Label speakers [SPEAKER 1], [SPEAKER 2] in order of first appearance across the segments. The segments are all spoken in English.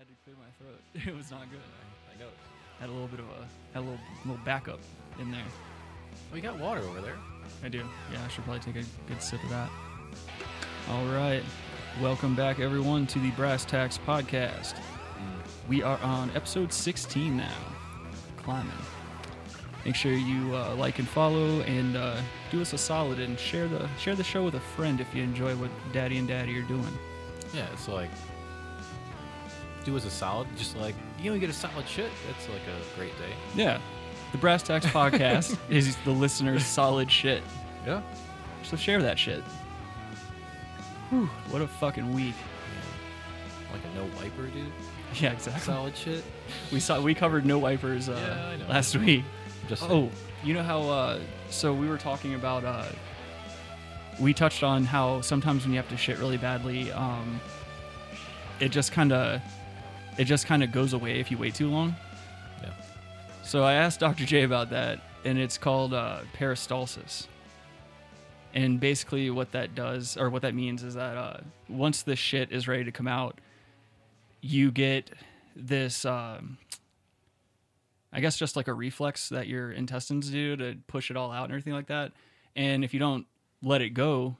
[SPEAKER 1] to clear my throat. It was not good.
[SPEAKER 2] I know.
[SPEAKER 1] I had a little bit of a had a little little backup in there.
[SPEAKER 2] We got water over there.
[SPEAKER 1] I do. Yeah, I should probably take a good sip of that. All right. Welcome back everyone to the Brass Tax podcast. We are on episode 16 now. Climbing. Make sure you uh, like and follow and uh, do us a solid and share the share the show with a friend if you enjoy what Daddy and Daddy are doing.
[SPEAKER 2] Yeah, it's like do us a solid. Just like you know, you get a solid shit. That's like a great day.
[SPEAKER 1] Yeah. The Brass Tax podcast is the listener's solid shit.
[SPEAKER 2] Yeah.
[SPEAKER 1] So share that shit. Whew, what a fucking week.
[SPEAKER 2] Like a no wiper, dude.
[SPEAKER 1] Yeah, exactly.
[SPEAKER 2] Solid shit.
[SPEAKER 1] We saw we covered no wipers uh,
[SPEAKER 2] Yeah, I know.
[SPEAKER 1] last week.
[SPEAKER 2] Just
[SPEAKER 1] Oh, you know how? Uh, so we were talking about. Uh, we touched on how sometimes when you have to shit really badly, um, it just kind of, it just kind of goes away if you wait too long.
[SPEAKER 2] Yeah.
[SPEAKER 1] So I asked Dr. J about that, and it's called uh, peristalsis. And basically, what that does, or what that means, is that uh, once the shit is ready to come out, you get this. Um, I guess just like a reflex that your intestines do to push it all out and everything like that. And if you don't let it go,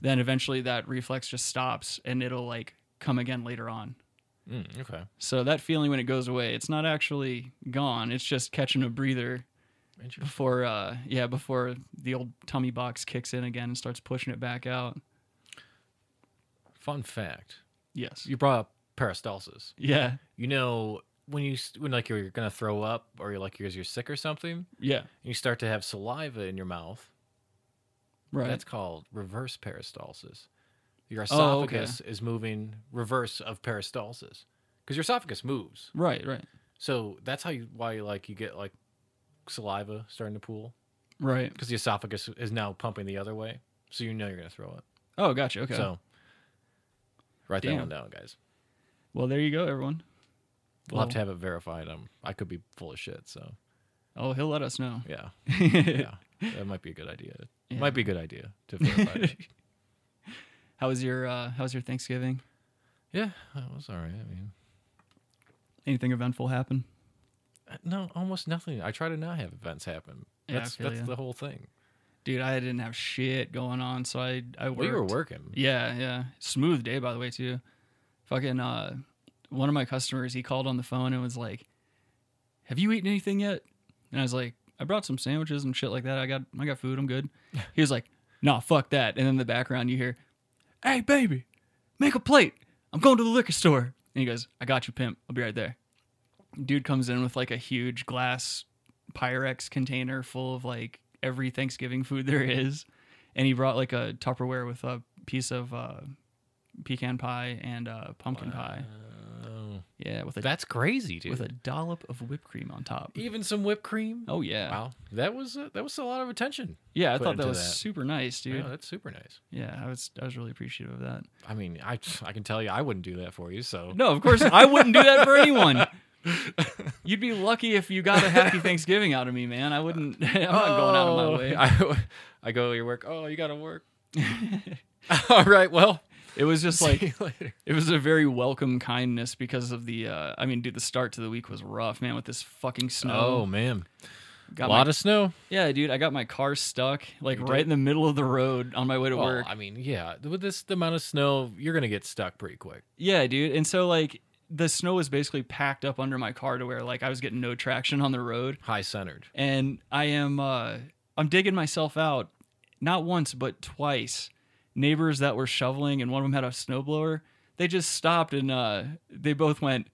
[SPEAKER 1] then eventually that reflex just stops and it'll like come again later on.
[SPEAKER 2] Mm, okay.
[SPEAKER 1] So that feeling when it goes away, it's not actually gone. It's just catching a breather
[SPEAKER 2] Interesting.
[SPEAKER 1] before uh yeah, before the old tummy box kicks in again and starts pushing it back out.
[SPEAKER 2] Fun fact:
[SPEAKER 1] Yes.
[SPEAKER 2] You brought up peristalsis.
[SPEAKER 1] Yeah.
[SPEAKER 2] You know when you s- when like you're gonna throw up or you're like you're, you're sick or something,
[SPEAKER 1] Yeah.
[SPEAKER 2] you start to have saliva in your mouth.
[SPEAKER 1] Right.
[SPEAKER 2] That's called reverse peristalsis. Your
[SPEAKER 1] Oh, okay.
[SPEAKER 2] esophagus is moving reverse of peristalsis because your esophagus moves.
[SPEAKER 1] right, right.
[SPEAKER 2] So that's how you why like you get like saliva starting to pool
[SPEAKER 1] Right.
[SPEAKER 2] because the esophagus is now pumping the other way. So you know you're gonna throw up.
[SPEAKER 1] Oh, gotcha. Okay.
[SPEAKER 2] So write that
[SPEAKER 1] Damn.
[SPEAKER 2] one down, guys.
[SPEAKER 1] well, there you go, everyone.
[SPEAKER 2] We'll have
[SPEAKER 1] Well-
[SPEAKER 2] to have it verified. Um, I could be full of shit. So
[SPEAKER 1] Oh, he'll let us know.
[SPEAKER 2] yeah, yeah, that might be a good idea.
[SPEAKER 1] Yeah.
[SPEAKER 2] Might be a good idea to verify. it.
[SPEAKER 1] How was your uh how was your Thanksgiving?
[SPEAKER 2] Yeah, that was all right. I mean,
[SPEAKER 1] Anything eventful happen?
[SPEAKER 2] Uh, No, almost nothing. I try to not have events happen.
[SPEAKER 1] Yeah, I
[SPEAKER 2] that's
[SPEAKER 1] feel
[SPEAKER 2] that's
[SPEAKER 1] ya.
[SPEAKER 2] the whole thing.
[SPEAKER 1] Dude, I didn't have shit going on, so I I worked.
[SPEAKER 2] We were working.
[SPEAKER 1] Yeah, yeah. Smooth day, by the way, too. Fucking uh, one of my customers, he called on the phone and was like, "Have you eaten anything yet?" And I was like, "I brought some sandwiches and shit like that. I got I got food. I'm good." He was like, "Nah, fuck that." And in the background, you hear, "Hey, baby, make a plate. I'm going to the liquor store." And he goes, "I got you, pimp. I'll be right there." Dude comes in with like a huge glass Pyrex container full of like every Thanksgiving food there is and he brought like a Tupperware with a piece of uh, pecan pie and uh, pumpkin pie.
[SPEAKER 2] Oh,
[SPEAKER 1] Yeah, with a
[SPEAKER 2] that's crazy, dude.
[SPEAKER 1] with a dollop of whipped cream on top.
[SPEAKER 2] Even some whipped cream.
[SPEAKER 1] Oh yeah,
[SPEAKER 2] Wow, that was uh, that was a lot of attention.
[SPEAKER 1] yeah. I
[SPEAKER 2] Put
[SPEAKER 1] thought that
[SPEAKER 2] into
[SPEAKER 1] was
[SPEAKER 2] that.
[SPEAKER 1] super nice, dude.
[SPEAKER 2] Wow, that's super nice.
[SPEAKER 1] Yeah, I was I was really appreciative of that.
[SPEAKER 2] I mean, I I can tell you, I wouldn't do that for you. So
[SPEAKER 1] No, of course I wouldn't do that for anyone. You'd be lucky if you got a happy Thanksgiving out of me, man. I wouldn't. I'm not going out of my
[SPEAKER 2] Oh,
[SPEAKER 1] way.
[SPEAKER 2] I, I go to your work. Oh, you got to work. all right. Well,
[SPEAKER 1] It was just like
[SPEAKER 2] see you later.
[SPEAKER 1] It was a very welcome kindness because of the. Uh, I mean, dude, the start to the week was rough, man. With this fucking
[SPEAKER 2] Oh
[SPEAKER 1] snow,
[SPEAKER 2] man,
[SPEAKER 1] got
[SPEAKER 2] a
[SPEAKER 1] my
[SPEAKER 2] lot of snow.
[SPEAKER 1] Yeah, dude, I got my car stuck like
[SPEAKER 2] You
[SPEAKER 1] right
[SPEAKER 2] did?
[SPEAKER 1] in the middle of the road on my way to
[SPEAKER 2] Well,
[SPEAKER 1] work.
[SPEAKER 2] I mean, yeah, with this amount of snow, you're gonna get stuck pretty quick.
[SPEAKER 1] Yeah, dude. And so like the snow was basically packed up under my car to where like I was getting no traction on the road
[SPEAKER 2] High centered.
[SPEAKER 1] and I am uh I'm digging myself out not once but twice. Neighbors that were shoveling and one of them had a snowblower, they just stopped and uh they both went,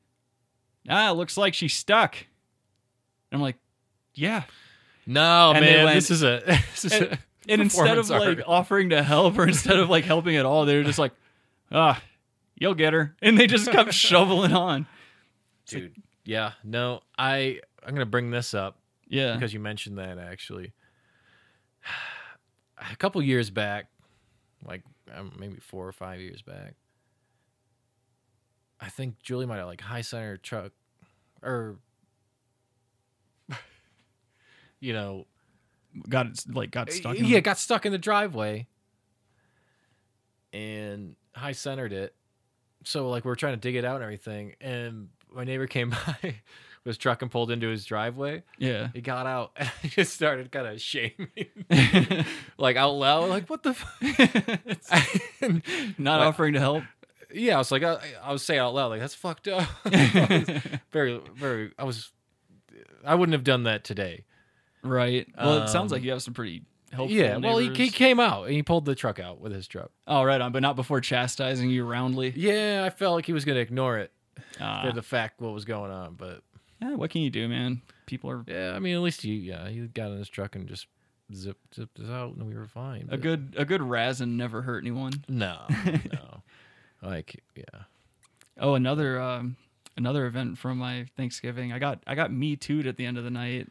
[SPEAKER 1] "Ah, looks like she's stuck." And I'm like, "Yeah,
[SPEAKER 2] No,
[SPEAKER 1] And they
[SPEAKER 2] man,
[SPEAKER 1] went-
[SPEAKER 2] this is a this is
[SPEAKER 1] and,
[SPEAKER 2] a
[SPEAKER 1] and instead of
[SPEAKER 2] performance
[SPEAKER 1] like
[SPEAKER 2] art.
[SPEAKER 1] offering to help or instead of like helping at all, they were just like, ah, you'll get her. And they just kept shoveling on.
[SPEAKER 2] dude. Yeah, no, I I'm gonna bring this up
[SPEAKER 1] Yeah.
[SPEAKER 2] because you mentioned that actually. A couple years back, like um, maybe four or five years back, I think Julie might have like high center truck, er, or you know,
[SPEAKER 1] got like got stuck. In
[SPEAKER 2] yeah, got stuck in the driveway and high centered it so like we're trying to dig it out and everything, and my neighbor came by with his truck and pulled into his driveway.
[SPEAKER 1] Yeah.
[SPEAKER 2] He got out and he just started kind of shaming, me, like out loud, like what the. F-? And,
[SPEAKER 1] Not
[SPEAKER 2] Like-
[SPEAKER 1] offering to help.
[SPEAKER 2] yeah, I was like, I, I was saying out loud, like that's fucked up. very, very. I was, I wouldn't have done that today.
[SPEAKER 1] right. Well, it sounds
[SPEAKER 2] Um,
[SPEAKER 1] like you have some pretty helpful.
[SPEAKER 2] yeah, well, he, he
[SPEAKER 1] neighbors.
[SPEAKER 2] came out and he pulled the truck out with his truck.
[SPEAKER 1] Oh, right on, but not before chastising you roundly.
[SPEAKER 2] Yeah, I felt like he was gonna ignore it,
[SPEAKER 1] Ah,
[SPEAKER 2] after the fact what was going on, but
[SPEAKER 1] yeah, what can you do, man? People are
[SPEAKER 2] yeah, I mean, at least he, yeah, he got in his truck and just zipped zipped us out, and we were fine.
[SPEAKER 1] a
[SPEAKER 2] but-
[SPEAKER 1] good a good razzing never hurt anyone.
[SPEAKER 2] No, no, like yeah,
[SPEAKER 1] Oh, another um, another event from my Thanksgiving. I got I got me too'd at the end of the night.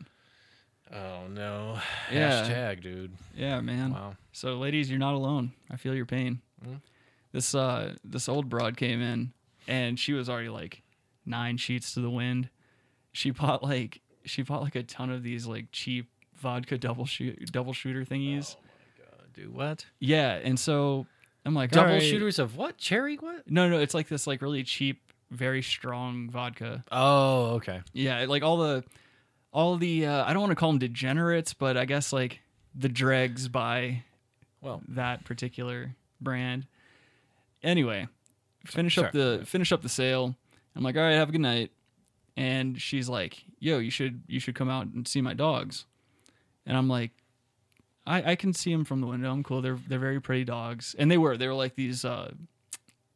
[SPEAKER 2] oh no,
[SPEAKER 1] Yeah.
[SPEAKER 2] hashtag dude,
[SPEAKER 1] Yeah, man.
[SPEAKER 2] wow,
[SPEAKER 1] So, ladies, you're not alone. I feel your pain.
[SPEAKER 2] Mm.
[SPEAKER 1] This uh, this old broad came in, and she was already like nine sheets to the wind. She bought like she bought like a ton of these like cheap vodka double shoot double shooter thingies.
[SPEAKER 2] Uh, dude, what?
[SPEAKER 1] Yeah, and so I'm like
[SPEAKER 2] Double
[SPEAKER 1] all right.
[SPEAKER 2] shooters of what? Cherry what?
[SPEAKER 1] No, no, it's like this like really cheap, very strong vodka.
[SPEAKER 2] Oh, okay.
[SPEAKER 1] Yeah, like all the all the uh, I don't want to call them degenerates, but I guess like the dregs by
[SPEAKER 2] Well,
[SPEAKER 1] that particular brand. Anyway, finish up
[SPEAKER 2] Sure.
[SPEAKER 1] the finish up the sale. I'm like, all right, have a good night. And she's like, yo, you should you should come out and see my dogs. And I'm like, I, I can see them from the window. I'm cool. They're they're very pretty dogs, and they were they were like these. Uh,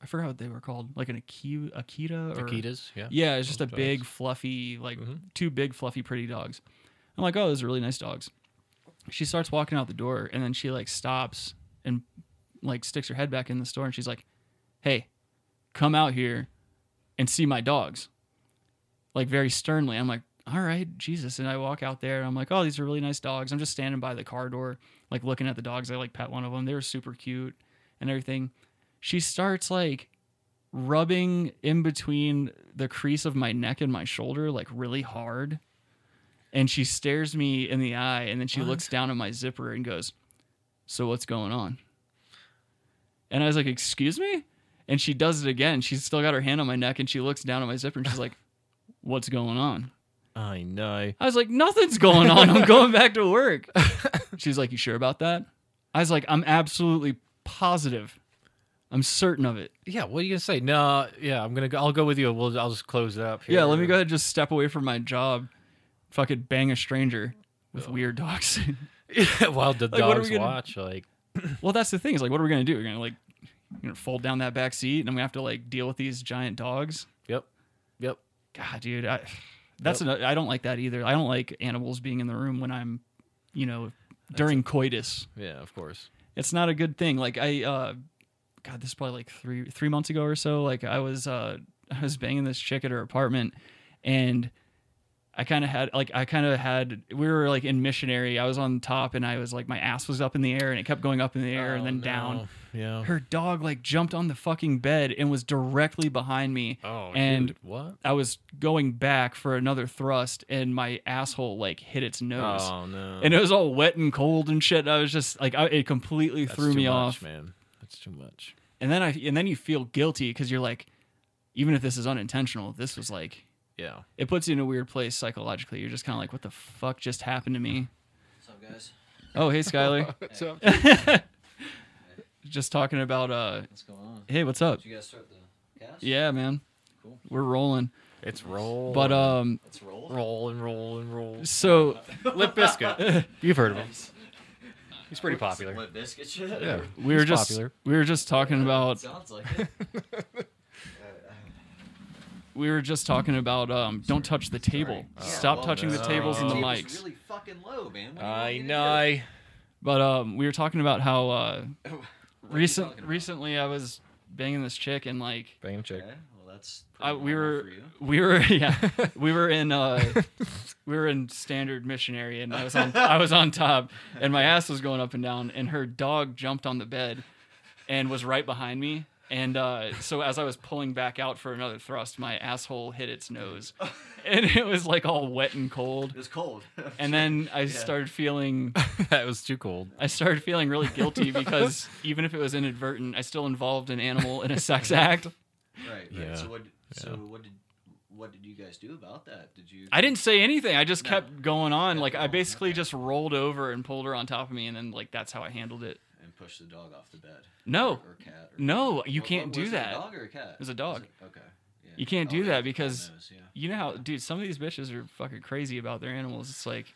[SPEAKER 1] I forgot what they were called, like an Aki- Akita or
[SPEAKER 2] Akitas, yeah.
[SPEAKER 1] yeah, it's just a
[SPEAKER 2] Those dogs.
[SPEAKER 1] big, fluffy, like
[SPEAKER 2] Mhm.
[SPEAKER 1] two big, fluffy, pretty dogs. I'm like, oh, those are really nice dogs. She starts walking out the door, and then she like stops and like sticks her head back in the store, and she's like, "Hey, come out here and see my dogs." Like very sternly, I'm like, "All right, Jesus." And I walk out there, and I'm like, "Oh, these are really nice dogs." I'm just standing by the car door, like looking at the dogs. I like pet one of them. They were super cute and everything. She starts like rubbing in between the crease of my neck and my shoulder like really hard. And she stares me in the eye and then she
[SPEAKER 2] What?
[SPEAKER 1] looks down at my zipper and goes, So what's going on? And I was like, Excuse me? And she does it again. She's still got her hand on my neck and she looks down at my zipper and she's like, What's going on?
[SPEAKER 2] I know.
[SPEAKER 1] I was like, Nothing's going on. I'm going back to work. She's like, You sure about that? I was like, I'm absolutely positive. I'm certain of it.
[SPEAKER 2] Yeah, what are you gonna say? No, yeah, I'm gonna go. I'll go with you. We'll, I'll just close it up.
[SPEAKER 1] Yeah, let me
[SPEAKER 2] here.
[SPEAKER 1] go ahead and just step away from my job. Fucking bang a stranger with weird dogs.
[SPEAKER 2] While the
[SPEAKER 1] Like, what are
[SPEAKER 2] dogs
[SPEAKER 1] we gonna-
[SPEAKER 2] watch, like
[SPEAKER 1] well, that's the thing. Is like, what are we gonna do? We're gonna like, you gonna fold down that back seat, and I'm gonna have to like deal with these giant dogs.
[SPEAKER 2] Yep. Yep.
[SPEAKER 1] God, dude, I, that's
[SPEAKER 2] Yep.
[SPEAKER 1] ano- I don't like that either. I don't like animals being in the room when I'm, you know, during coitus.
[SPEAKER 2] Yeah, of course.
[SPEAKER 1] It's not a good thing. Like I, uh, God, this is probably like three three months ago or so. Like I was uh, I was banging this chick at her apartment, and I kind of had like I kind of had we were like in missionary. I was on top and I was like my ass was up in the air and it kept going up in the air and
[SPEAKER 2] Oh,
[SPEAKER 1] then
[SPEAKER 2] no.
[SPEAKER 1] down.
[SPEAKER 2] Yeah.
[SPEAKER 1] Her dog like jumped on the fucking bed and was directly behind me.
[SPEAKER 2] Oh,
[SPEAKER 1] And-
[SPEAKER 2] dude, what?
[SPEAKER 1] I was going back for another thrust and my asshole like hit its nose.
[SPEAKER 2] Oh no.
[SPEAKER 1] And it was all wet and cold and shit. I was just like, I, it completely
[SPEAKER 2] That's
[SPEAKER 1] threw
[SPEAKER 2] too
[SPEAKER 1] me
[SPEAKER 2] much,
[SPEAKER 1] off.
[SPEAKER 2] man. That's too much.
[SPEAKER 1] And then I, and then you feel guilty because you're like, even if this is unintentional, this was like,
[SPEAKER 2] Yeah.
[SPEAKER 1] it puts you in a weird place psychologically. You're just kind of like, what the fuck just happened to me?
[SPEAKER 3] What's up, guys?
[SPEAKER 1] Oh, hey, Skyler.
[SPEAKER 2] So-
[SPEAKER 1] just talking about, uh,
[SPEAKER 3] What's going on?
[SPEAKER 1] hey, what's up?
[SPEAKER 3] Did you guys start the cast?
[SPEAKER 1] Yeah, man.
[SPEAKER 3] Cool.
[SPEAKER 1] We're rolling.
[SPEAKER 2] it's roll.
[SPEAKER 1] But, um,
[SPEAKER 3] Let's roll.
[SPEAKER 2] roll and roll and roll.
[SPEAKER 1] so
[SPEAKER 2] Lip Biscuit. You've heard of him.
[SPEAKER 3] Nice.
[SPEAKER 2] He's pretty
[SPEAKER 3] Some
[SPEAKER 2] popular.
[SPEAKER 3] Limp Bizkit shit?
[SPEAKER 2] Yeah.
[SPEAKER 1] we were
[SPEAKER 2] He's
[SPEAKER 1] just,
[SPEAKER 2] popular.
[SPEAKER 1] we were just talking about,
[SPEAKER 3] Sounds like it.
[SPEAKER 1] we were just talking about, um, don't touch the table.
[SPEAKER 2] Sorry. Oh,
[SPEAKER 1] Stop
[SPEAKER 3] well, uh,
[SPEAKER 1] touching the
[SPEAKER 2] no.
[SPEAKER 1] tables and the
[SPEAKER 3] table's
[SPEAKER 1] mics.
[SPEAKER 3] really fucking low, man. What do you want
[SPEAKER 2] I
[SPEAKER 3] me to
[SPEAKER 2] know.
[SPEAKER 1] But, um, we were talking about how, uh,
[SPEAKER 3] do? What are you
[SPEAKER 1] recent
[SPEAKER 3] talking about?
[SPEAKER 1] recently I was banging this chick and like
[SPEAKER 2] Bang check.
[SPEAKER 3] Okay, well, that's
[SPEAKER 1] I,
[SPEAKER 3] pretty
[SPEAKER 1] Uh, we
[SPEAKER 3] normal
[SPEAKER 1] were
[SPEAKER 3] for you.
[SPEAKER 1] we were yeah we were in uh we were in standard missionary and I was on I was on top and my ass was going up and down and her dog jumped on the bed and was right behind me and uh, so as I was pulling back out for another thrust my asshole hit its nose and it was like all wet and cold
[SPEAKER 3] It was cold.
[SPEAKER 1] and then I
[SPEAKER 3] Yeah.
[SPEAKER 1] started feeling
[SPEAKER 2] that was too cold.
[SPEAKER 1] I started feeling really guilty because even if it was inadvertent, I still involved an animal in a sex act.
[SPEAKER 3] Right. Right.
[SPEAKER 2] Yeah,
[SPEAKER 3] So what? So what did what did you guys do about that? Did you?
[SPEAKER 1] I didn't say anything. I just
[SPEAKER 3] No.
[SPEAKER 1] kept going on.
[SPEAKER 3] Kept
[SPEAKER 1] Like I
[SPEAKER 3] going,
[SPEAKER 1] basically
[SPEAKER 3] okay.
[SPEAKER 1] just rolled over and pulled her on top of me, and then like that's how I handled it.
[SPEAKER 3] and push the dog off the bed.
[SPEAKER 1] No.
[SPEAKER 3] Or, or cat. Or,
[SPEAKER 1] No, you
[SPEAKER 3] What-
[SPEAKER 1] can't
[SPEAKER 3] what
[SPEAKER 1] do
[SPEAKER 3] was
[SPEAKER 1] that.
[SPEAKER 3] It a dog or a cat?
[SPEAKER 1] was a dog.
[SPEAKER 3] okay. Yeah.
[SPEAKER 1] You can't do
[SPEAKER 3] they
[SPEAKER 1] that
[SPEAKER 3] have to find
[SPEAKER 1] because-
[SPEAKER 3] those, yeah.
[SPEAKER 1] You know how, dude? Some of these bitches are fucking crazy about their animals. It's like,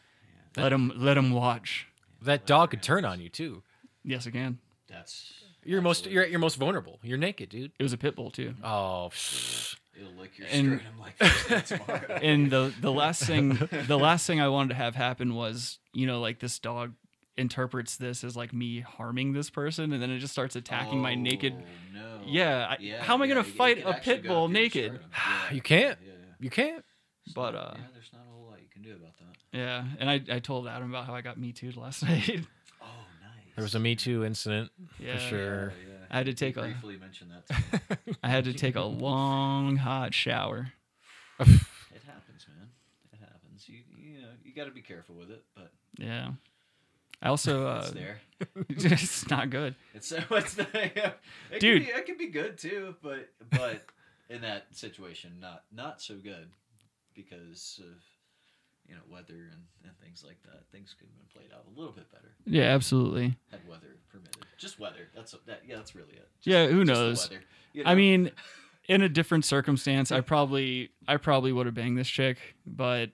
[SPEAKER 2] That-
[SPEAKER 1] let them let them watch.
[SPEAKER 2] That dog could turn on you too.
[SPEAKER 1] Yes, again.
[SPEAKER 3] That's
[SPEAKER 2] You're most
[SPEAKER 3] absolutely- Mm-hmm.
[SPEAKER 2] you're at your most vulnerable. You're naked, dude.
[SPEAKER 1] It was a pit bull too.
[SPEAKER 2] Oh, pfft.
[SPEAKER 3] It'll lick your
[SPEAKER 1] And-
[SPEAKER 3] scrotum like first thing tomorrow.
[SPEAKER 1] and the the last thing the last thing I wanted to have happen was you know like this dog interprets this as like me harming this person and then it just starts attacking my naked
[SPEAKER 3] Oh, No.
[SPEAKER 1] Yeah, I- how am I gonna
[SPEAKER 3] it- it
[SPEAKER 1] fight
[SPEAKER 3] could
[SPEAKER 1] a
[SPEAKER 3] actually
[SPEAKER 1] pit
[SPEAKER 3] go
[SPEAKER 1] bull
[SPEAKER 3] up to your
[SPEAKER 1] naked?
[SPEAKER 3] scrotum. Yeah,
[SPEAKER 2] You can't.
[SPEAKER 3] Yeah, yeah.
[SPEAKER 2] you can't.
[SPEAKER 3] It's
[SPEAKER 1] But,
[SPEAKER 3] not-
[SPEAKER 1] uh,
[SPEAKER 3] yeah, there's not a whole lot you can do about that.
[SPEAKER 1] yeah and I, I told Adam about how I got me too last night
[SPEAKER 3] Oh, nice.
[SPEAKER 2] There was a Me Too incident.
[SPEAKER 1] yeah
[SPEAKER 2] sure.
[SPEAKER 3] Yeah, yeah.
[SPEAKER 1] I had to
[SPEAKER 3] You
[SPEAKER 1] take a
[SPEAKER 3] briefly mention that. to me.
[SPEAKER 1] I had to take a long hot shower
[SPEAKER 3] It happens, man. It happens. You you know you got to be careful with it, but
[SPEAKER 1] yeah I also
[SPEAKER 3] it's
[SPEAKER 1] uh,
[SPEAKER 3] there.
[SPEAKER 1] it's not good
[SPEAKER 3] It's so it's not. Yeah. It
[SPEAKER 1] Dude.
[SPEAKER 3] could be, it could be good too, but but in that situation, not not so good because of you know weather and, and things like that. Things could have been played out a little bit better
[SPEAKER 1] yeah absolutely
[SPEAKER 3] had weather permitted. Just weather. That's that. Yeah, that's really it. Just,
[SPEAKER 1] yeah who
[SPEAKER 3] just the
[SPEAKER 1] knows
[SPEAKER 3] weather, you
[SPEAKER 1] I
[SPEAKER 3] know?
[SPEAKER 1] mean, in a different circumstance, I probably I probably would have banged this chick, but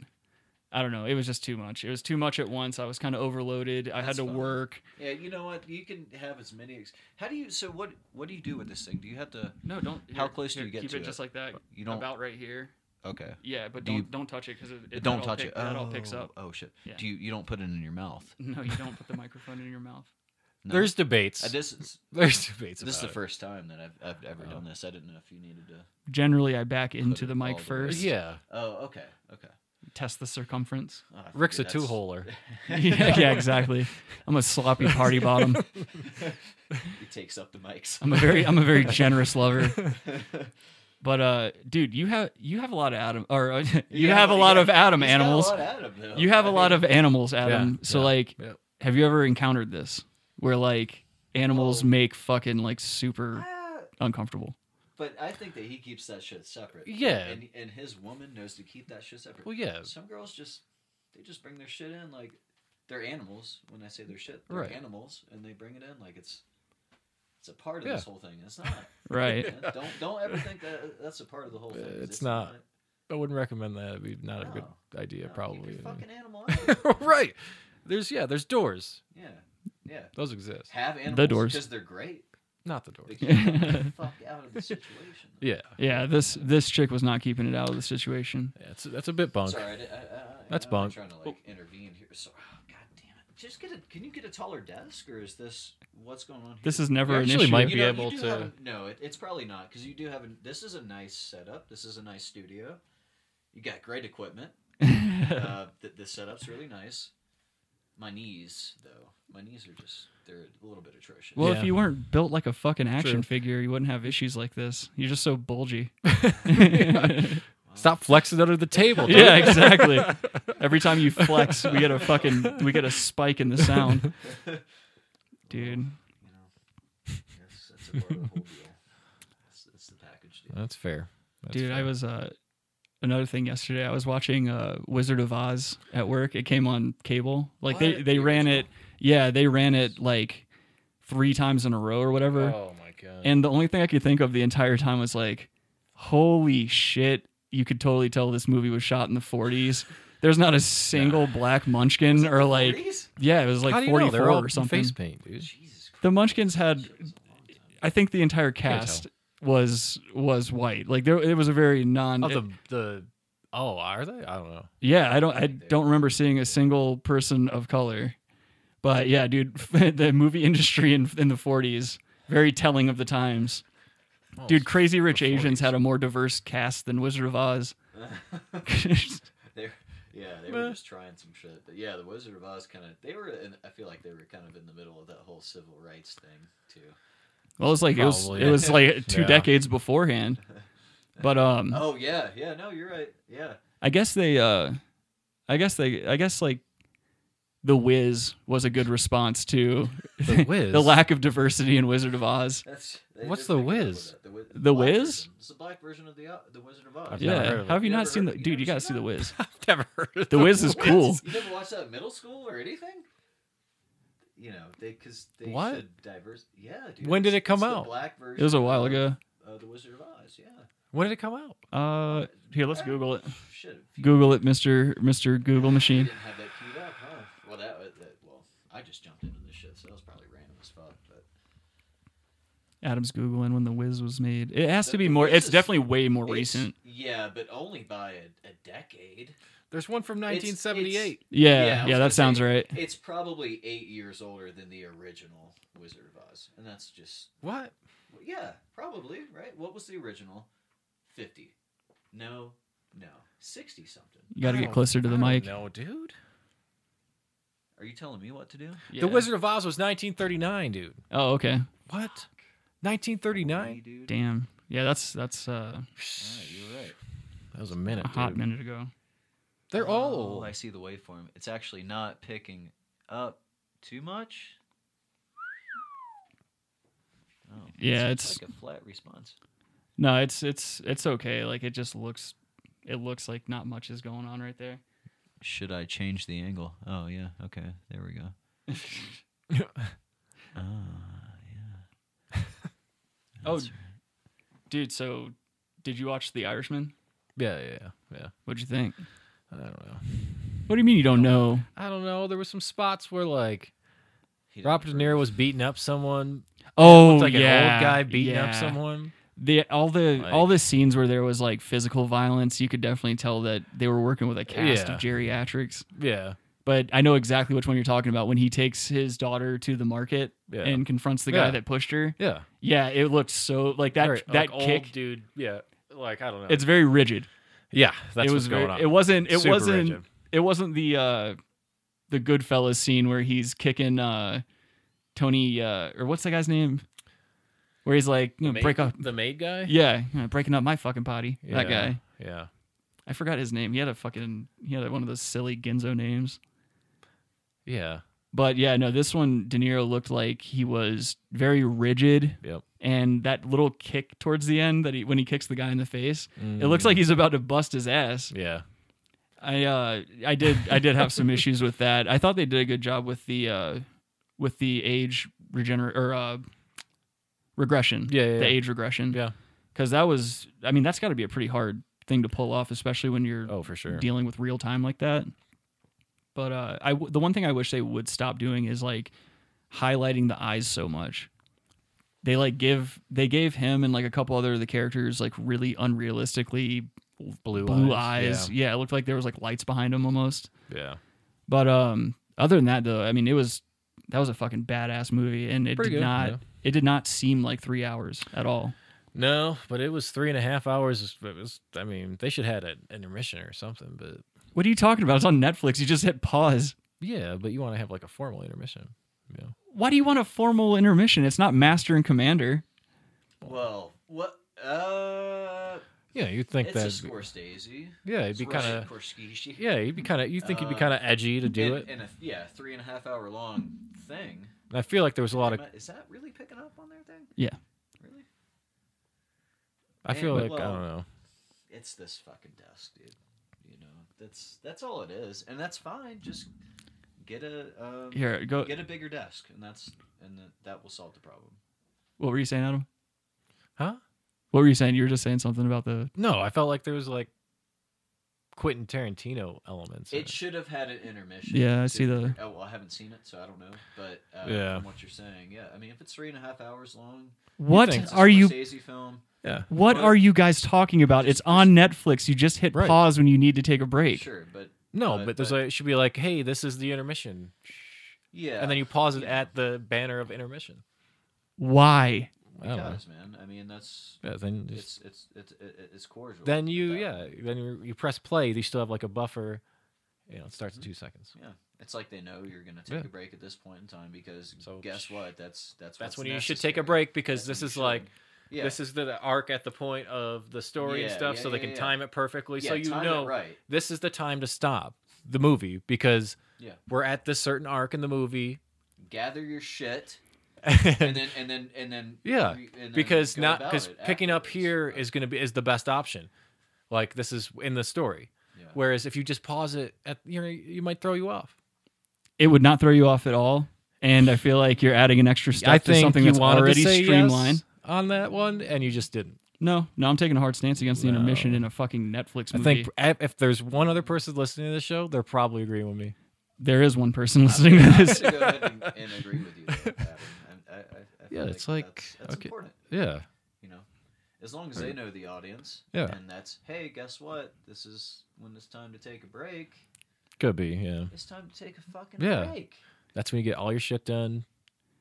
[SPEAKER 1] I don't know. It was just too much. It was too much at once. I was kind of overloaded. I had
[SPEAKER 3] That's
[SPEAKER 1] to
[SPEAKER 3] fine.
[SPEAKER 1] work.
[SPEAKER 3] yeah. You know what? You can have as many. Ex- How do you? So what? What do you do with this thing? Do you have to?
[SPEAKER 1] No, don't.
[SPEAKER 3] How here, close do here, you get
[SPEAKER 1] Keep
[SPEAKER 3] keep to
[SPEAKER 1] it,
[SPEAKER 3] it it?
[SPEAKER 1] just
[SPEAKER 3] just
[SPEAKER 1] like that.
[SPEAKER 3] You don't.
[SPEAKER 1] about right here.
[SPEAKER 3] okay.
[SPEAKER 1] Yeah, but
[SPEAKER 3] Do
[SPEAKER 1] don't
[SPEAKER 3] you-
[SPEAKER 1] don't touch it because it, it
[SPEAKER 3] don't
[SPEAKER 1] that all
[SPEAKER 3] touch
[SPEAKER 1] pick-
[SPEAKER 3] it.
[SPEAKER 1] That
[SPEAKER 3] oh,
[SPEAKER 1] all picks up.
[SPEAKER 3] Oh shit.
[SPEAKER 1] Yeah.
[SPEAKER 3] Do you? You don't put it in your mouth.
[SPEAKER 1] No, you don't put the microphone in your mouth.
[SPEAKER 3] No?
[SPEAKER 2] There's debates.
[SPEAKER 3] Uh, this is
[SPEAKER 2] There's debates.
[SPEAKER 3] This is the
[SPEAKER 2] about
[SPEAKER 3] first time that I've, I've ever done
[SPEAKER 2] Oh.
[SPEAKER 3] this. I didn't know if you needed to.
[SPEAKER 1] Generally, I back into
[SPEAKER 3] it
[SPEAKER 1] the
[SPEAKER 3] all
[SPEAKER 1] mic
[SPEAKER 3] the way-
[SPEAKER 2] it.
[SPEAKER 1] first.
[SPEAKER 2] Yeah,
[SPEAKER 3] Oh, okay, okay.
[SPEAKER 1] Test the circumference.
[SPEAKER 3] Oh, I figured
[SPEAKER 2] Rick's a
[SPEAKER 3] that's-
[SPEAKER 2] two holer.
[SPEAKER 1] yeah, yeah, exactly. I'm a sloppy party bottom.
[SPEAKER 3] He takes up the mics.
[SPEAKER 1] I'm a very I'm a very generous lover. But uh, dude, you have you have a lot of Adam, or uh, you,
[SPEAKER 3] Yeah,
[SPEAKER 1] have a
[SPEAKER 3] but
[SPEAKER 1] lot
[SPEAKER 3] yeah,
[SPEAKER 1] of Adam
[SPEAKER 3] He's got
[SPEAKER 1] animals.
[SPEAKER 3] A lot out of him, though.
[SPEAKER 1] you have a
[SPEAKER 3] I
[SPEAKER 1] lot
[SPEAKER 3] mean,
[SPEAKER 1] of animals, Adam. so
[SPEAKER 2] yeah,
[SPEAKER 1] like,
[SPEAKER 2] yeah.
[SPEAKER 1] have you ever encountered this where like animals
[SPEAKER 3] Oh.
[SPEAKER 1] make fucking like super
[SPEAKER 3] ah,
[SPEAKER 1] uncomfortable?
[SPEAKER 3] But I think that he keeps that shit separate.
[SPEAKER 2] Yeah.
[SPEAKER 3] and and his woman knows to keep that shit separate.
[SPEAKER 2] Well, yeah.
[SPEAKER 3] Some girls just they just bring their shit in like they're animals. When I say their shit, they're
[SPEAKER 2] Right.
[SPEAKER 3] animals, and they bring it in like it's it's a part of
[SPEAKER 2] Yeah.
[SPEAKER 3] this whole thing. It's not.
[SPEAKER 1] Right.
[SPEAKER 3] man. Don't don't ever think that that's a part of the whole thing. 'cause
[SPEAKER 2] It's not. I wouldn't recommend that. It'd be not a good
[SPEAKER 3] No.
[SPEAKER 2] idea,
[SPEAKER 3] Oh. No, keep
[SPEAKER 2] probably.
[SPEAKER 3] your fucking animal. out.
[SPEAKER 2] right. There's yeah. There's doors.
[SPEAKER 3] yeah, yeah.
[SPEAKER 2] Those exist.
[SPEAKER 3] Have animals
[SPEAKER 1] doors.
[SPEAKER 3] because they're great.
[SPEAKER 2] Not the doors.
[SPEAKER 3] They keep the fuck out of the situation.
[SPEAKER 2] Yeah.
[SPEAKER 1] Yeah. This this chick was not keeping it out of the situation.
[SPEAKER 2] yeah that's, that's a bit bunk.
[SPEAKER 3] Sorry, I, di- I, I,
[SPEAKER 2] That's
[SPEAKER 3] am
[SPEAKER 2] bunk.
[SPEAKER 3] Trying to like intervene here. So, oh, god damn it! Just get a. Can you get a taller desk, or is this what's going on? Here?
[SPEAKER 1] This is never
[SPEAKER 2] You
[SPEAKER 1] an
[SPEAKER 2] actually
[SPEAKER 1] issue.
[SPEAKER 2] might
[SPEAKER 3] You
[SPEAKER 2] be
[SPEAKER 3] know, you
[SPEAKER 2] able
[SPEAKER 3] do
[SPEAKER 2] to-
[SPEAKER 3] have a- no, it, it's probably not because you do have. A, this is a nice setup. This is a nice studio. You got great equipment. uh, the, the setup's really nice. My knees, though, my knees are just—they're a little bit atrocious.
[SPEAKER 1] well,
[SPEAKER 2] Yeah.
[SPEAKER 1] if you weren't built like a fucking action
[SPEAKER 2] True.
[SPEAKER 1] figure, you wouldn't have issues like this. You're just so bulgy.
[SPEAKER 2] Stop flexing under the table. dude.
[SPEAKER 1] yeah, exactly. Every time you flex, we get a fucking we get a spike in the sound. Dude.
[SPEAKER 3] you know, that's, that's a part of the whole deal. That's, that's the package deal.
[SPEAKER 2] That's fair. That's
[SPEAKER 1] Dude, I
[SPEAKER 2] fair.
[SPEAKER 1] was uh another thing yesterday. I was watching uh Wizard of Oz at work. It came on cable. Like they
[SPEAKER 2] What?
[SPEAKER 1] they ran it. Yeah, they ran it like 3 times in a row or whatever.
[SPEAKER 2] Oh my god.
[SPEAKER 1] And the only thing I could think of the entire time was like, holy shit, you could totally tell this movie was shot in the 40s. There's not a single black munchkin or like
[SPEAKER 3] Freeze?
[SPEAKER 1] yeah, it was
[SPEAKER 2] How
[SPEAKER 1] like
[SPEAKER 2] do you know?
[SPEAKER 1] 44
[SPEAKER 2] They're all
[SPEAKER 1] or
[SPEAKER 2] in
[SPEAKER 1] something.
[SPEAKER 2] Face paint, dude.
[SPEAKER 3] Jesus Christ.
[SPEAKER 1] The munchkins had
[SPEAKER 3] that was a long time.
[SPEAKER 1] I think the entire
[SPEAKER 2] tell.
[SPEAKER 1] cast was was white. Like there, it was a very non.
[SPEAKER 2] Oh, the the oh, are they? I don't know.
[SPEAKER 1] yeah, I don't I don't remember seeing a single person of color, but yeah, dude, the movie industry in in the '40s very telling of the times.
[SPEAKER 2] Oh,
[SPEAKER 1] Dude, Crazy Rich
[SPEAKER 2] the 40s.
[SPEAKER 1] Asians had a more diverse cast than Wizard of Oz.
[SPEAKER 3] They- yeah, they were just trying some shit. But yeah, the Wizard of Oz kind of. They were. In, I feel like they were kind of in the middle of that whole civil rights thing too.
[SPEAKER 1] well, it's like
[SPEAKER 2] Probably.
[SPEAKER 1] it was it was like two
[SPEAKER 2] Yeah.
[SPEAKER 1] decades beforehand, but um,
[SPEAKER 3] Oh yeah, yeah. No, you're right. Yeah.
[SPEAKER 1] I guess they uh I guess they I guess like the Wiz was a good response to
[SPEAKER 2] The Wiz?
[SPEAKER 1] the lack of diversity in Wizard of Oz.
[SPEAKER 3] That's They
[SPEAKER 2] What's
[SPEAKER 3] did
[SPEAKER 2] The
[SPEAKER 3] make it up with
[SPEAKER 2] Wiz?
[SPEAKER 3] that. The, Wiz-
[SPEAKER 1] The
[SPEAKER 3] black
[SPEAKER 1] Wiz?
[SPEAKER 3] version. It's the black version of the O- the Wizard of Oz.
[SPEAKER 2] I've never
[SPEAKER 1] yeah.
[SPEAKER 2] heard of it.
[SPEAKER 1] How have you
[SPEAKER 3] Never
[SPEAKER 1] not seen
[SPEAKER 3] heard
[SPEAKER 1] the
[SPEAKER 3] of it.
[SPEAKER 1] dude? You
[SPEAKER 3] You've
[SPEAKER 1] gotta
[SPEAKER 3] never
[SPEAKER 1] see
[SPEAKER 3] seen
[SPEAKER 1] the
[SPEAKER 3] that?
[SPEAKER 1] Wiz.
[SPEAKER 2] I've never heard of
[SPEAKER 1] The Wiz is cool.
[SPEAKER 3] You never watched that in middle school or anything? You know, they because they
[SPEAKER 2] What?
[SPEAKER 3] should diverse. Yeah, dude.
[SPEAKER 2] When did
[SPEAKER 3] it's-
[SPEAKER 2] it come
[SPEAKER 3] it's
[SPEAKER 2] out?
[SPEAKER 3] The black version.
[SPEAKER 1] It was a while
[SPEAKER 3] of,
[SPEAKER 1] ago.
[SPEAKER 3] Uh, the Wizard of Oz. Yeah.
[SPEAKER 2] When did it come out?
[SPEAKER 1] Uh, here, let's Google it.
[SPEAKER 3] Shit. if you-
[SPEAKER 1] Google it, Mister Mister Google
[SPEAKER 3] You
[SPEAKER 1] machine.
[SPEAKER 3] didn't have that queued up, huh? Well, that, was- that well, I just jumped into this shit, so that was probably random as fuck. But
[SPEAKER 1] Adam's googling when the Wiz was made. It has to
[SPEAKER 3] The-
[SPEAKER 1] be
[SPEAKER 3] The
[SPEAKER 1] more.
[SPEAKER 3] Wiz
[SPEAKER 1] It's
[SPEAKER 3] is-
[SPEAKER 1] definitely way more
[SPEAKER 3] It's-
[SPEAKER 1] recent.
[SPEAKER 3] Yeah, but only by a, a decade.
[SPEAKER 2] There's one from
[SPEAKER 3] It's-
[SPEAKER 2] 1978.
[SPEAKER 3] it's-
[SPEAKER 1] Yeah,
[SPEAKER 3] yeah, I
[SPEAKER 1] yeah,
[SPEAKER 3] was gonna
[SPEAKER 1] that sounds
[SPEAKER 3] say-
[SPEAKER 1] right.
[SPEAKER 3] It's probably eight years older than the original Wizard of Oz, and that's just
[SPEAKER 2] What?
[SPEAKER 3] Well, Yeah, probably, right? What was the original? 50. No, no. 60 something.
[SPEAKER 1] You gotta
[SPEAKER 2] I
[SPEAKER 1] get
[SPEAKER 2] don't-
[SPEAKER 1] closer to the
[SPEAKER 2] I don't
[SPEAKER 1] mic.
[SPEAKER 2] know, dude.
[SPEAKER 3] Are you telling me what to do?
[SPEAKER 1] Yeah.
[SPEAKER 2] The Wizard of Oz was 1939, dude.
[SPEAKER 1] Oh, okay.
[SPEAKER 2] What?
[SPEAKER 3] Me,
[SPEAKER 2] 1939?
[SPEAKER 3] dude.
[SPEAKER 1] Damn. Yeah, that's that's uh,
[SPEAKER 3] Alright, you're right.
[SPEAKER 2] That was a minute,
[SPEAKER 1] a hot
[SPEAKER 2] dude.
[SPEAKER 1] minute ago.
[SPEAKER 2] They're all
[SPEAKER 3] Oh,
[SPEAKER 2] old.
[SPEAKER 3] I see the waveform. It's actually not picking up too much. Oh,
[SPEAKER 1] Yeah,
[SPEAKER 3] it's
[SPEAKER 1] it's-
[SPEAKER 3] like a flat response.
[SPEAKER 1] No, it's it's it's okay. Like it just looks, it looks like not much is going on right there.
[SPEAKER 3] Should I change the angle? Oh yeah, okay, there we go. Ah, yeah.
[SPEAKER 1] Oh.
[SPEAKER 3] That's
[SPEAKER 1] Dude, so did you watch The Irishman?
[SPEAKER 2] yeah, yeah, yeah, yeah.
[SPEAKER 1] What'd you think?
[SPEAKER 2] I don't know.
[SPEAKER 1] What do you mean you don't know?
[SPEAKER 2] I don't know. There were some spots where like
[SPEAKER 3] He didn't
[SPEAKER 2] Robert De Niro
[SPEAKER 3] approve.
[SPEAKER 2] was beating up someone.
[SPEAKER 1] Oh,
[SPEAKER 2] It's like
[SPEAKER 1] yeah,
[SPEAKER 2] an old guy beating
[SPEAKER 1] yeah.
[SPEAKER 2] up someone.
[SPEAKER 1] The all the
[SPEAKER 2] Like-
[SPEAKER 1] all the scenes where there was like physical violence, you could definitely tell that they were working with a cast
[SPEAKER 2] Yeah.
[SPEAKER 1] of geriatrics.
[SPEAKER 2] Yeah,
[SPEAKER 1] But I know exactly which one you're talking about when he takes his daughter to the market
[SPEAKER 2] Yeah.
[SPEAKER 1] and confronts the guy
[SPEAKER 2] Yeah.
[SPEAKER 1] that pushed her.
[SPEAKER 2] yeah.
[SPEAKER 1] Yeah, it looked so like that
[SPEAKER 2] Very-
[SPEAKER 1] that
[SPEAKER 2] like, old
[SPEAKER 1] kick.
[SPEAKER 2] dude. Yeah, like I don't know.
[SPEAKER 1] It's very rigid.
[SPEAKER 2] yeah. That's
[SPEAKER 1] it was
[SPEAKER 2] what's going
[SPEAKER 1] very,
[SPEAKER 2] on.
[SPEAKER 1] It wasn't. It
[SPEAKER 2] Super
[SPEAKER 1] wasn't.
[SPEAKER 2] rigid.
[SPEAKER 1] It wasn't the uh, the Goodfellas scene where he's kicking uh, Tony uh, or what's that guy's name? Where he's like,
[SPEAKER 2] the
[SPEAKER 1] "No,
[SPEAKER 2] maid,
[SPEAKER 1] break up.
[SPEAKER 2] the maid guy.
[SPEAKER 1] Yeah, you know, breaking up my fucking potty. That
[SPEAKER 2] Yeah,
[SPEAKER 1] guy.
[SPEAKER 2] Yeah.
[SPEAKER 1] I forgot his name. He had a fucking. He had one of those silly Genzo names.
[SPEAKER 2] Yeah.
[SPEAKER 1] But yeah, no, this one De Niro looked like he was very rigid,
[SPEAKER 2] Yep.
[SPEAKER 1] and that little kick towards the end that he when he kicks the guy in the face, it
[SPEAKER 2] Mm,
[SPEAKER 1] looks like he's about to bust his ass.
[SPEAKER 2] Yeah.
[SPEAKER 1] I uh I did I did have some issues with that. I thought they did a good job with the uh with the age regener or uh regression.
[SPEAKER 2] Yeah, yeah,
[SPEAKER 1] The
[SPEAKER 2] yeah.
[SPEAKER 1] age regression.
[SPEAKER 2] Yeah.
[SPEAKER 1] Cuz that was I mean that's got to be a pretty hard thing to pull off especially when you're
[SPEAKER 2] Oh, for sure.
[SPEAKER 1] dealing with real time like that. But uh I w- the one thing I wish they would stop doing is like highlighting the eyes so much. They like give they gave him and like a couple other of the characters like really unrealistically
[SPEAKER 2] Blue,
[SPEAKER 1] blue eyes. Yeah. it looked like there was like lights behind him almost.
[SPEAKER 2] Yeah. yeah.
[SPEAKER 1] But um, other than that, though, I mean, it was that was a fucking badass movie, and it
[SPEAKER 2] Pretty
[SPEAKER 1] did
[SPEAKER 2] good,
[SPEAKER 1] not
[SPEAKER 2] yeah.
[SPEAKER 1] it did not seem like three hours at all.
[SPEAKER 2] No, but it was three and a half hours. It was. I mean, they should have had an intermission or something. But
[SPEAKER 1] What are you talking about? It's on Netflix. You just hit pause.
[SPEAKER 2] yeah, but you want to have like a formal intermission. Yeah.
[SPEAKER 1] Why do you want a formal intermission? It's not Master and Commander.
[SPEAKER 3] Well, what? Uh,
[SPEAKER 2] Yeah, you'd think
[SPEAKER 3] it's a
[SPEAKER 2] that.
[SPEAKER 3] Scorsese.
[SPEAKER 2] Yeah, it'd be
[SPEAKER 3] It's Russian
[SPEAKER 2] kind of.
[SPEAKER 3] Korsky.
[SPEAKER 2] Yeah, you'd be kind of. You think you'd be
[SPEAKER 3] Uh,
[SPEAKER 2] kind of edgy to do it.
[SPEAKER 3] In a yeah, three and a half hour long thing.
[SPEAKER 2] I feel like there was a lot of.
[SPEAKER 3] Am I- is that really picking up on their thing?
[SPEAKER 1] Yeah.
[SPEAKER 3] Really?
[SPEAKER 2] I feel
[SPEAKER 3] Yeah,
[SPEAKER 2] like I
[SPEAKER 3] well-
[SPEAKER 2] don't know.
[SPEAKER 3] It's this fucking desk, dude. You know, that's that's all it is, and that's fine. Just get a um,
[SPEAKER 1] Here, go.
[SPEAKER 3] get a bigger desk, and that's and that that will solve the problem.
[SPEAKER 1] What were you saying, Adam?
[SPEAKER 2] Huh?
[SPEAKER 1] What were you saying? You were just saying something about the.
[SPEAKER 2] No, I felt like there was like Quentin Tarantino elements. in
[SPEAKER 3] It should have had an intermission.
[SPEAKER 1] Yeah, I
[SPEAKER 3] to
[SPEAKER 1] see the-
[SPEAKER 3] figure- Oh, well, I haven't seen it, so I don't know. But uh,
[SPEAKER 2] Yeah.
[SPEAKER 3] from what you're saying, yeah, I mean, if it's three and a half hours long,
[SPEAKER 1] What
[SPEAKER 2] think-
[SPEAKER 3] it's a
[SPEAKER 1] are you?
[SPEAKER 3] Scorsese film?
[SPEAKER 2] Yeah.
[SPEAKER 1] What
[SPEAKER 3] Well,
[SPEAKER 1] are you guys talking about? It's
[SPEAKER 3] just-
[SPEAKER 1] on Netflix. You just hit
[SPEAKER 2] Right.
[SPEAKER 1] pause when you need to take a break.
[SPEAKER 3] Sure, but
[SPEAKER 2] No,
[SPEAKER 3] But-
[SPEAKER 2] but, there's
[SPEAKER 3] but-
[SPEAKER 2] like it should be like, hey, this is the intermission,
[SPEAKER 3] yeah,
[SPEAKER 2] and then you pause it
[SPEAKER 3] Yeah.
[SPEAKER 2] at the banner of intermission.
[SPEAKER 1] Why?
[SPEAKER 2] I don't know.
[SPEAKER 3] Because, man, I mean, that's
[SPEAKER 2] Yeah, then just
[SPEAKER 3] it's it's it's it- it's cordial.
[SPEAKER 2] then you
[SPEAKER 3] Without-
[SPEAKER 2] yeah then you, you press play you still have like a buffer you know it starts
[SPEAKER 3] Mm-hmm.
[SPEAKER 2] at two seconds
[SPEAKER 3] yeah. It's like they know you're gonna take
[SPEAKER 2] Yeah.
[SPEAKER 3] a break at this point in time because
[SPEAKER 2] So-
[SPEAKER 3] guess what? That's that's
[SPEAKER 2] that's
[SPEAKER 3] what's
[SPEAKER 2] when you should take a
[SPEAKER 3] necessary.
[SPEAKER 2] break because
[SPEAKER 3] That's
[SPEAKER 2] this
[SPEAKER 3] when you
[SPEAKER 2] is
[SPEAKER 3] should.
[SPEAKER 2] like
[SPEAKER 3] yeah.
[SPEAKER 2] this is the, the arc at the point of the story and
[SPEAKER 3] Yeah,
[SPEAKER 2] stuff
[SPEAKER 3] yeah,
[SPEAKER 2] so they
[SPEAKER 3] yeah,
[SPEAKER 2] can
[SPEAKER 3] yeah.
[SPEAKER 2] time it perfectly
[SPEAKER 3] yeah,
[SPEAKER 2] so you
[SPEAKER 3] time it
[SPEAKER 2] know
[SPEAKER 3] right.
[SPEAKER 2] this is the time to stop the movie because
[SPEAKER 3] Yeah.
[SPEAKER 2] we're at this certain arc in the movie
[SPEAKER 3] Gather your shit. and then and then and then
[SPEAKER 2] Yeah,
[SPEAKER 3] re- and then
[SPEAKER 2] because
[SPEAKER 3] go
[SPEAKER 2] not
[SPEAKER 3] about
[SPEAKER 2] because
[SPEAKER 3] it
[SPEAKER 2] picking up
[SPEAKER 3] afterwards.
[SPEAKER 2] here is going to be is the best option. Like this is in the story.
[SPEAKER 3] Yeah.
[SPEAKER 2] Whereas if you just pause it at you know you might throw you off.
[SPEAKER 1] It would not throw you off at all. And I feel like you're adding an extra step
[SPEAKER 2] I
[SPEAKER 1] to
[SPEAKER 2] think
[SPEAKER 1] something
[SPEAKER 2] you
[SPEAKER 1] that's
[SPEAKER 2] wanted to
[SPEAKER 1] already
[SPEAKER 2] say yes
[SPEAKER 1] streamlined.
[SPEAKER 2] on that one, and you just didn't.
[SPEAKER 1] No, no, I'm taking a hard stance against the
[SPEAKER 2] No.
[SPEAKER 1] intermission in a fucking Netflix
[SPEAKER 2] I
[SPEAKER 1] movie.
[SPEAKER 2] think if if there's one other person listening to this show, they're probably agreeing with me.
[SPEAKER 1] there is one person listening to
[SPEAKER 3] I'm
[SPEAKER 1] this.
[SPEAKER 3] gonna go ahead and, and agree with you. There, Adam. And I, I, I feel
[SPEAKER 2] Yeah, it's like,
[SPEAKER 3] that's, that's
[SPEAKER 2] okay.
[SPEAKER 3] important.
[SPEAKER 2] Yeah,
[SPEAKER 3] You know, as long as they know the audience.
[SPEAKER 2] Yeah.
[SPEAKER 3] And that's hey, guess what? This is when it's time to take a break.
[SPEAKER 2] could be. Yeah,
[SPEAKER 3] It's time to take a fucking
[SPEAKER 2] Yeah.
[SPEAKER 3] break.
[SPEAKER 2] that's when you get all your shit done.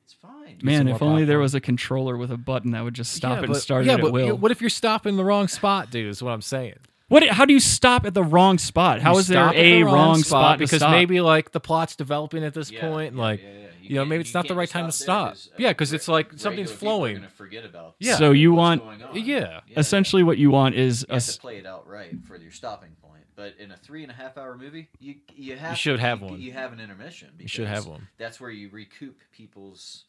[SPEAKER 3] It's fine.
[SPEAKER 1] Man,
[SPEAKER 2] more
[SPEAKER 1] if only there
[SPEAKER 2] popcorn.
[SPEAKER 1] was a controller with a button that would just stop
[SPEAKER 2] yeah,
[SPEAKER 1] it
[SPEAKER 2] but-
[SPEAKER 1] and start
[SPEAKER 2] yeah,
[SPEAKER 1] it
[SPEAKER 2] but
[SPEAKER 1] at will.
[SPEAKER 2] What if you're stopping the wrong spot, dude? Is what I'm saying.
[SPEAKER 1] What? How do you stop at the wrong spot? How
[SPEAKER 2] You
[SPEAKER 1] is there
[SPEAKER 2] stop at the
[SPEAKER 1] a wrong, spot? to
[SPEAKER 2] because
[SPEAKER 1] stop?
[SPEAKER 2] maybe like the plot's developing at this
[SPEAKER 3] Yeah,
[SPEAKER 2] point, and
[SPEAKER 3] yeah,
[SPEAKER 2] like
[SPEAKER 3] yeah, yeah.
[SPEAKER 2] you know,
[SPEAKER 3] can't-
[SPEAKER 2] maybe it's
[SPEAKER 3] you
[SPEAKER 2] not the
[SPEAKER 3] can't
[SPEAKER 2] right time to
[SPEAKER 3] there
[SPEAKER 2] stop.
[SPEAKER 3] 'cause, uh,
[SPEAKER 2] Yeah, 'cause it's
[SPEAKER 3] re-
[SPEAKER 2] like something's
[SPEAKER 3] regular people are
[SPEAKER 2] flowing.
[SPEAKER 3] gonna forget about.
[SPEAKER 2] Yeah.
[SPEAKER 1] So you
[SPEAKER 3] what's
[SPEAKER 1] want-
[SPEAKER 3] going on.
[SPEAKER 2] yeah.
[SPEAKER 1] essentially what you want is
[SPEAKER 3] You
[SPEAKER 1] a
[SPEAKER 3] have to
[SPEAKER 1] s
[SPEAKER 3] play it out right for your stopping point, but in a three and a half hour movie, you you have
[SPEAKER 2] should have
[SPEAKER 3] you,
[SPEAKER 2] one.
[SPEAKER 3] You have an intermission.
[SPEAKER 2] you should have
[SPEAKER 3] because
[SPEAKER 2] one.
[SPEAKER 3] That's where you recoup people's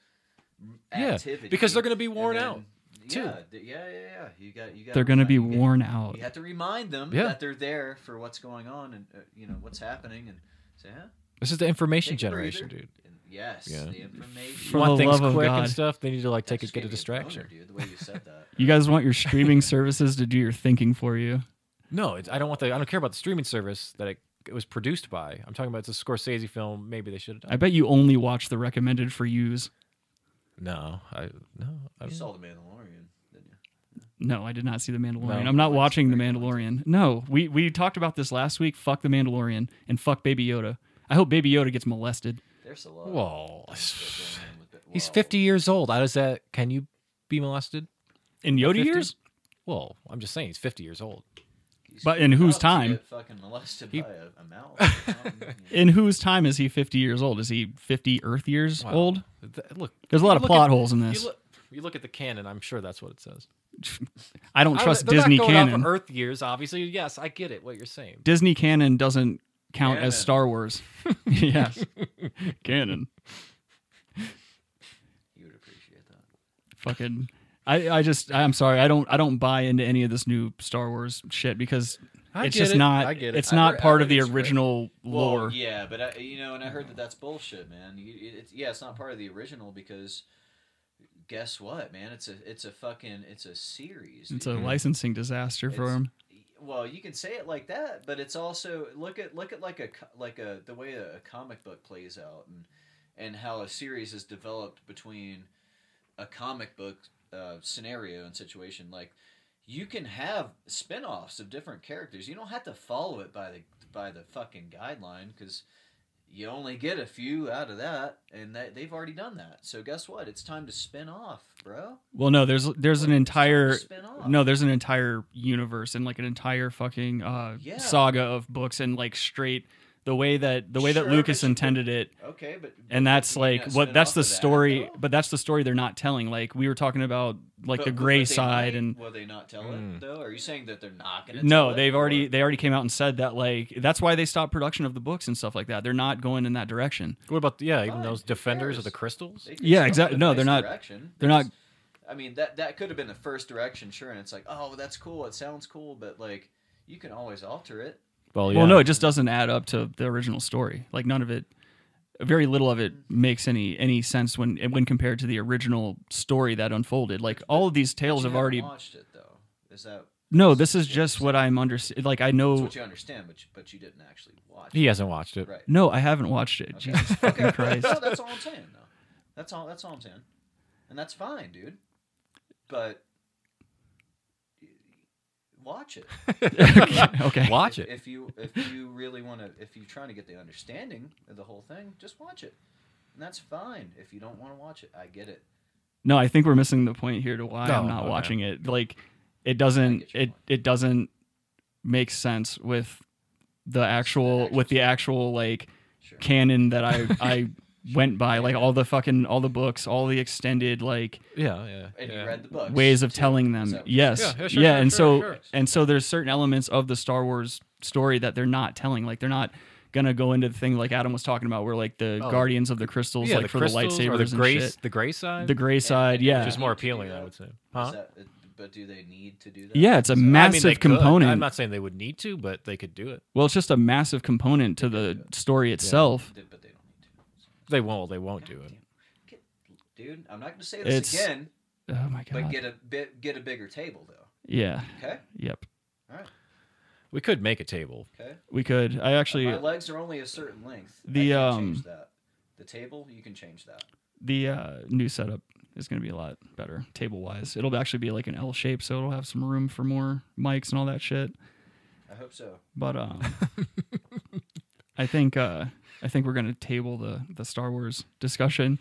[SPEAKER 3] m-
[SPEAKER 2] Yeah,
[SPEAKER 3] activity
[SPEAKER 2] because they're gonna be worn
[SPEAKER 3] and
[SPEAKER 2] out, too.
[SPEAKER 3] Yeah, th- yeah, yeah, yeah. You got you got.
[SPEAKER 1] they're going to be
[SPEAKER 3] you
[SPEAKER 1] worn out.
[SPEAKER 3] You have to remind them
[SPEAKER 2] Yeah.
[SPEAKER 3] that they're there for what's going on and uh, you know what's happening and say, huh?
[SPEAKER 2] This is the information
[SPEAKER 3] Take a breather.
[SPEAKER 2] generation, dude.
[SPEAKER 3] And yes,
[SPEAKER 2] Yeah.
[SPEAKER 3] the information.
[SPEAKER 1] For
[SPEAKER 2] you want
[SPEAKER 1] the
[SPEAKER 2] things
[SPEAKER 1] love of
[SPEAKER 2] quick
[SPEAKER 1] God.
[SPEAKER 2] and stuff, they need to like
[SPEAKER 3] That
[SPEAKER 2] take a
[SPEAKER 3] just
[SPEAKER 2] get
[SPEAKER 3] gave
[SPEAKER 2] a
[SPEAKER 3] me
[SPEAKER 2] distraction.
[SPEAKER 3] boner, dude. The way you said that.
[SPEAKER 1] You guys want your streaming services to do your thinking for you.
[SPEAKER 2] No, it's, I don't want the. I don't care about the streaming service that it, it was produced by. I'm talking about it's a Scorsese film. Maybe they should have done.
[SPEAKER 1] I bet you only watch the recommended for yous.
[SPEAKER 2] no, I no. I
[SPEAKER 3] You
[SPEAKER 2] don't.
[SPEAKER 3] saw the Mandalorian, didn't you?
[SPEAKER 1] No, I did not see The Mandalorian.
[SPEAKER 2] No.
[SPEAKER 1] I'm not
[SPEAKER 3] That's
[SPEAKER 1] watching The
[SPEAKER 3] very good.
[SPEAKER 1] Mandalorian. No, we, we talked about this last week. Fuck The Mandalorian and fuck Baby Yoda. I hope Baby Yoda gets molested.
[SPEAKER 3] There's a lot. of
[SPEAKER 2] Well,
[SPEAKER 3] things that go on with it.
[SPEAKER 2] he's
[SPEAKER 3] Well,
[SPEAKER 2] 50 years old. How does that? Can you be molested?
[SPEAKER 1] In Yoda
[SPEAKER 2] 50?
[SPEAKER 1] years?
[SPEAKER 2] Well, I'm just saying he's 50 years old.
[SPEAKER 3] he's
[SPEAKER 1] But in whose
[SPEAKER 3] about to
[SPEAKER 1] time?
[SPEAKER 3] get Fucking molested
[SPEAKER 2] He-
[SPEAKER 3] by a, a mouse. or something, you know.
[SPEAKER 1] In whose time is he 50 years old? Is he 50 Earth years
[SPEAKER 2] Wow.
[SPEAKER 1] old?
[SPEAKER 2] Th- look,
[SPEAKER 1] There's a lot
[SPEAKER 2] you
[SPEAKER 1] of
[SPEAKER 2] look
[SPEAKER 1] plot
[SPEAKER 2] at-
[SPEAKER 1] holes in
[SPEAKER 2] You
[SPEAKER 1] this.
[SPEAKER 2] look, you look at the canon. I'm sure that's what it says.
[SPEAKER 1] I don't
[SPEAKER 2] I-
[SPEAKER 1] trust
[SPEAKER 2] they're
[SPEAKER 1] Disney
[SPEAKER 2] not going Off
[SPEAKER 1] canon.
[SPEAKER 2] of Earth years, obviously. Yes, I get it. What you're saying.
[SPEAKER 1] Disney canon doesn't count
[SPEAKER 3] Canon.
[SPEAKER 1] as Star Wars. yes. canon.
[SPEAKER 3] You would appreciate that.
[SPEAKER 1] Fucking I, I just I'm sorry I don't I don't buy into any of this new Star Wars shit because
[SPEAKER 2] I
[SPEAKER 1] it's
[SPEAKER 2] get
[SPEAKER 1] just
[SPEAKER 2] it.
[SPEAKER 1] not
[SPEAKER 2] I get it.
[SPEAKER 1] it's
[SPEAKER 2] I
[SPEAKER 1] not
[SPEAKER 2] heard- I
[SPEAKER 1] part of
[SPEAKER 2] heard
[SPEAKER 1] the
[SPEAKER 2] it's great.
[SPEAKER 1] original lore.
[SPEAKER 3] Well, yeah, but I, you know, and I heard that that's bullshit, man. You, it- it's, yeah, it's not part of the original because guess what, man? It's a it's a fucking it's a series.
[SPEAKER 1] It's a
[SPEAKER 3] dude.
[SPEAKER 1] licensing disaster for
[SPEAKER 3] It's-
[SPEAKER 1] him.
[SPEAKER 3] well you can say it like that but it's also look at look at like a co- like a the way a, a comic book plays out and and how a series is developed between a comic book uh, scenario and situation like you can have spin-offs of different characters you don't have to follow it by the by the fucking guideline because you only get a few out of that and that, they've already done that so guess what it's time to spin off bro
[SPEAKER 1] Well, no, there's there's an
[SPEAKER 3] It's time to
[SPEAKER 1] entire
[SPEAKER 3] spin off.
[SPEAKER 1] no, there's an entire universe and like an entire fucking uh,
[SPEAKER 3] Yeah.
[SPEAKER 1] saga of books and like straight the way that the way
[SPEAKER 3] Sure,
[SPEAKER 1] that
[SPEAKER 3] but
[SPEAKER 1] Lucas
[SPEAKER 3] you could-
[SPEAKER 1] intended it
[SPEAKER 3] okay but
[SPEAKER 1] and that's
[SPEAKER 3] you
[SPEAKER 1] like
[SPEAKER 3] can't
[SPEAKER 1] what
[SPEAKER 3] spin
[SPEAKER 1] that's
[SPEAKER 3] off
[SPEAKER 1] the
[SPEAKER 3] of that,
[SPEAKER 1] story
[SPEAKER 3] though.
[SPEAKER 1] but that's the story they're not telling like we were talking about like
[SPEAKER 3] But-
[SPEAKER 1] the
[SPEAKER 3] but
[SPEAKER 1] gray
[SPEAKER 3] they
[SPEAKER 1] side
[SPEAKER 3] might-
[SPEAKER 1] and
[SPEAKER 3] will they not tell
[SPEAKER 2] Mm.
[SPEAKER 3] it though? Are you saying that they're not going to?
[SPEAKER 1] no they've already they already came out and said that like that's why they stopped production of the books and stuff like that they're not going in that direction
[SPEAKER 2] What about the- yeah? Even
[SPEAKER 3] Fine,
[SPEAKER 2] those
[SPEAKER 3] who
[SPEAKER 2] defenders
[SPEAKER 3] cares?
[SPEAKER 2] of the crystals.
[SPEAKER 1] Yeah, exact- no, they're not- they're not-
[SPEAKER 3] I mean that that could have been the first direction, sure, and it's like, oh, that's cool. It sounds cool, but like you can always alter it.
[SPEAKER 1] well no it just doesn't add up to the original story like none of it very little of it makes any any sense when when compared to the original story that unfolded like all of these
[SPEAKER 3] You
[SPEAKER 1] tales have
[SPEAKER 3] haven't
[SPEAKER 1] already
[SPEAKER 3] watched it though. Is that
[SPEAKER 1] no this is just what i'm under like i
[SPEAKER 3] that's
[SPEAKER 1] know
[SPEAKER 3] what you understand? But you, but you didn't actually watch.
[SPEAKER 2] He hasn't watched
[SPEAKER 3] it.
[SPEAKER 2] it.
[SPEAKER 3] Right.
[SPEAKER 1] no i haven't watched it
[SPEAKER 3] Okay.
[SPEAKER 1] jesus fucking christ
[SPEAKER 3] No, that's all I'm saying though. That's all. That's all I'm saying, and that's fine, dude. But watch it.
[SPEAKER 1] okay
[SPEAKER 2] Watch it.
[SPEAKER 3] If you if you really want to, if you're trying to get the understanding of the whole thing, just watch it, and that's fine. If you don't want to watch it, I get it.
[SPEAKER 1] No, I think we're missing the point here to why
[SPEAKER 2] No,
[SPEAKER 1] I'm not
[SPEAKER 2] Oh, okay.
[SPEAKER 1] watching it. Like it
[SPEAKER 3] I
[SPEAKER 1] doesn't
[SPEAKER 3] get your
[SPEAKER 1] it
[SPEAKER 3] point.
[SPEAKER 1] it doesn't make sense with the actual with the actual like
[SPEAKER 3] Sure.
[SPEAKER 1] canon that I I went by like all the fucking all the books, all the extended like
[SPEAKER 2] Yeah, yeah.
[SPEAKER 3] And
[SPEAKER 2] yeah.
[SPEAKER 3] you read the books.
[SPEAKER 1] ways of
[SPEAKER 3] too,
[SPEAKER 1] telling
[SPEAKER 3] is
[SPEAKER 1] them.
[SPEAKER 3] that what you
[SPEAKER 1] Yes.
[SPEAKER 2] Yeah,
[SPEAKER 1] Yeah,
[SPEAKER 2] yeah, sure, sure,
[SPEAKER 1] and
[SPEAKER 2] sure,
[SPEAKER 1] so
[SPEAKER 2] sure.
[SPEAKER 1] and so there's certain elements of the Star Wars story that they're not telling. Like they're not gonna go into the thing like Adam was talking about, where like the
[SPEAKER 2] Oh.
[SPEAKER 1] Guardians of the Crystals, like for
[SPEAKER 2] crystals
[SPEAKER 1] the
[SPEAKER 2] or
[SPEAKER 1] lightsabers
[SPEAKER 2] the
[SPEAKER 1] and
[SPEAKER 2] gray,
[SPEAKER 1] shit.
[SPEAKER 2] the gray side,
[SPEAKER 1] The gray side,
[SPEAKER 3] Yeah.
[SPEAKER 1] yeah,
[SPEAKER 2] which is more
[SPEAKER 3] Yeah.
[SPEAKER 2] appealing, I would say.
[SPEAKER 3] Is
[SPEAKER 2] Huh?
[SPEAKER 3] that- it- but do they need to do that?
[SPEAKER 1] yeah. It's a
[SPEAKER 3] Is that-
[SPEAKER 2] I mean,
[SPEAKER 1] massive
[SPEAKER 2] they could.
[SPEAKER 1] component.
[SPEAKER 2] I'm not saying they would need to, but they could do it.
[SPEAKER 1] Well, it's just a massive component to the story itself.
[SPEAKER 3] They- But they don't need to.
[SPEAKER 2] They won't. They won't do it.
[SPEAKER 3] Dude, I'm not going to say this
[SPEAKER 1] It's-
[SPEAKER 3] again,
[SPEAKER 1] Oh my
[SPEAKER 3] but
[SPEAKER 1] god.
[SPEAKER 3] get a bit, get a bigger table though.
[SPEAKER 1] yeah.
[SPEAKER 3] Okay,
[SPEAKER 1] Yep.
[SPEAKER 2] We could make a table.
[SPEAKER 3] okay.
[SPEAKER 1] We could. I actually
[SPEAKER 3] My legs are only a certain length. I
[SPEAKER 1] The,
[SPEAKER 3] can't
[SPEAKER 1] um,
[SPEAKER 3] change that. The table, you can change that.
[SPEAKER 1] the uh, new setup is going to be a lot better table wise. It'll actually be like an L shape, so it'll have some room for more mics and all that shit.
[SPEAKER 3] I hope so.
[SPEAKER 1] But um, I think uh, I think we're going to table the the Star Wars discussion,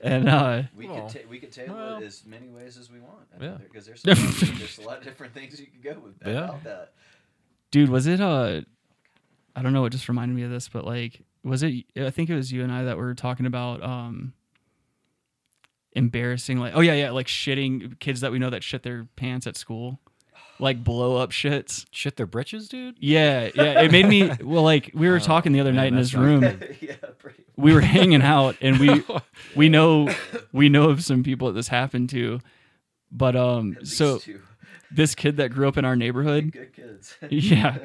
[SPEAKER 1] and uh,
[SPEAKER 3] We
[SPEAKER 2] Well,
[SPEAKER 3] could ta- we could table
[SPEAKER 2] well.
[SPEAKER 3] it as many ways as we want.
[SPEAKER 2] Yeah.
[SPEAKER 3] because there's a lot- there's a lot of different things you can go with
[SPEAKER 2] Yeah.
[SPEAKER 3] about that.
[SPEAKER 1] dude, was it uh, I don't know. It just reminded me of this, but like, was it? I think it was you and I that were talking about um. Embarrassing, like oh yeah, yeah, like shitting kids that we know that shit their pants at school, like blow up shits.
[SPEAKER 2] Shit their britches, dude.
[SPEAKER 1] Yeah, yeah. It made me well, like we were
[SPEAKER 2] Oh,
[SPEAKER 1] talking the other
[SPEAKER 2] man,
[SPEAKER 1] night in
[SPEAKER 2] that's
[SPEAKER 1] his
[SPEAKER 2] not
[SPEAKER 1] room.
[SPEAKER 3] yeah, pretty.
[SPEAKER 1] We were hanging out, and we we know we know of some people that this happened to. But um,
[SPEAKER 3] At least
[SPEAKER 1] so
[SPEAKER 3] two
[SPEAKER 1] this kid that grew up in our neighborhood,
[SPEAKER 3] good kids.
[SPEAKER 1] yeah,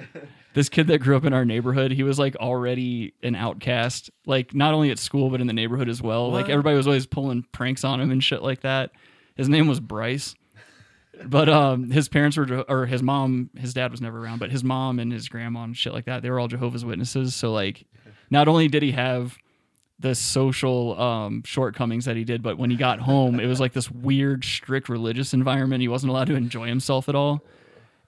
[SPEAKER 1] this kid that grew up in our neighborhood, he was like already an outcast, like not only at school but in the neighborhood as well. Like
[SPEAKER 2] What?
[SPEAKER 1] everybody was always pulling pranks on him and shit like that. His name was Bryce. But um, his parents were, Jeho- or his mom, his dad was never around, but his mom and his grandma and shit like that, they were all Jehovah's Witnesses. So, like, not only did he have the social um, shortcomings that he did, but when he got home, it was like this weird, strict religious environment. He wasn't allowed to enjoy himself at all.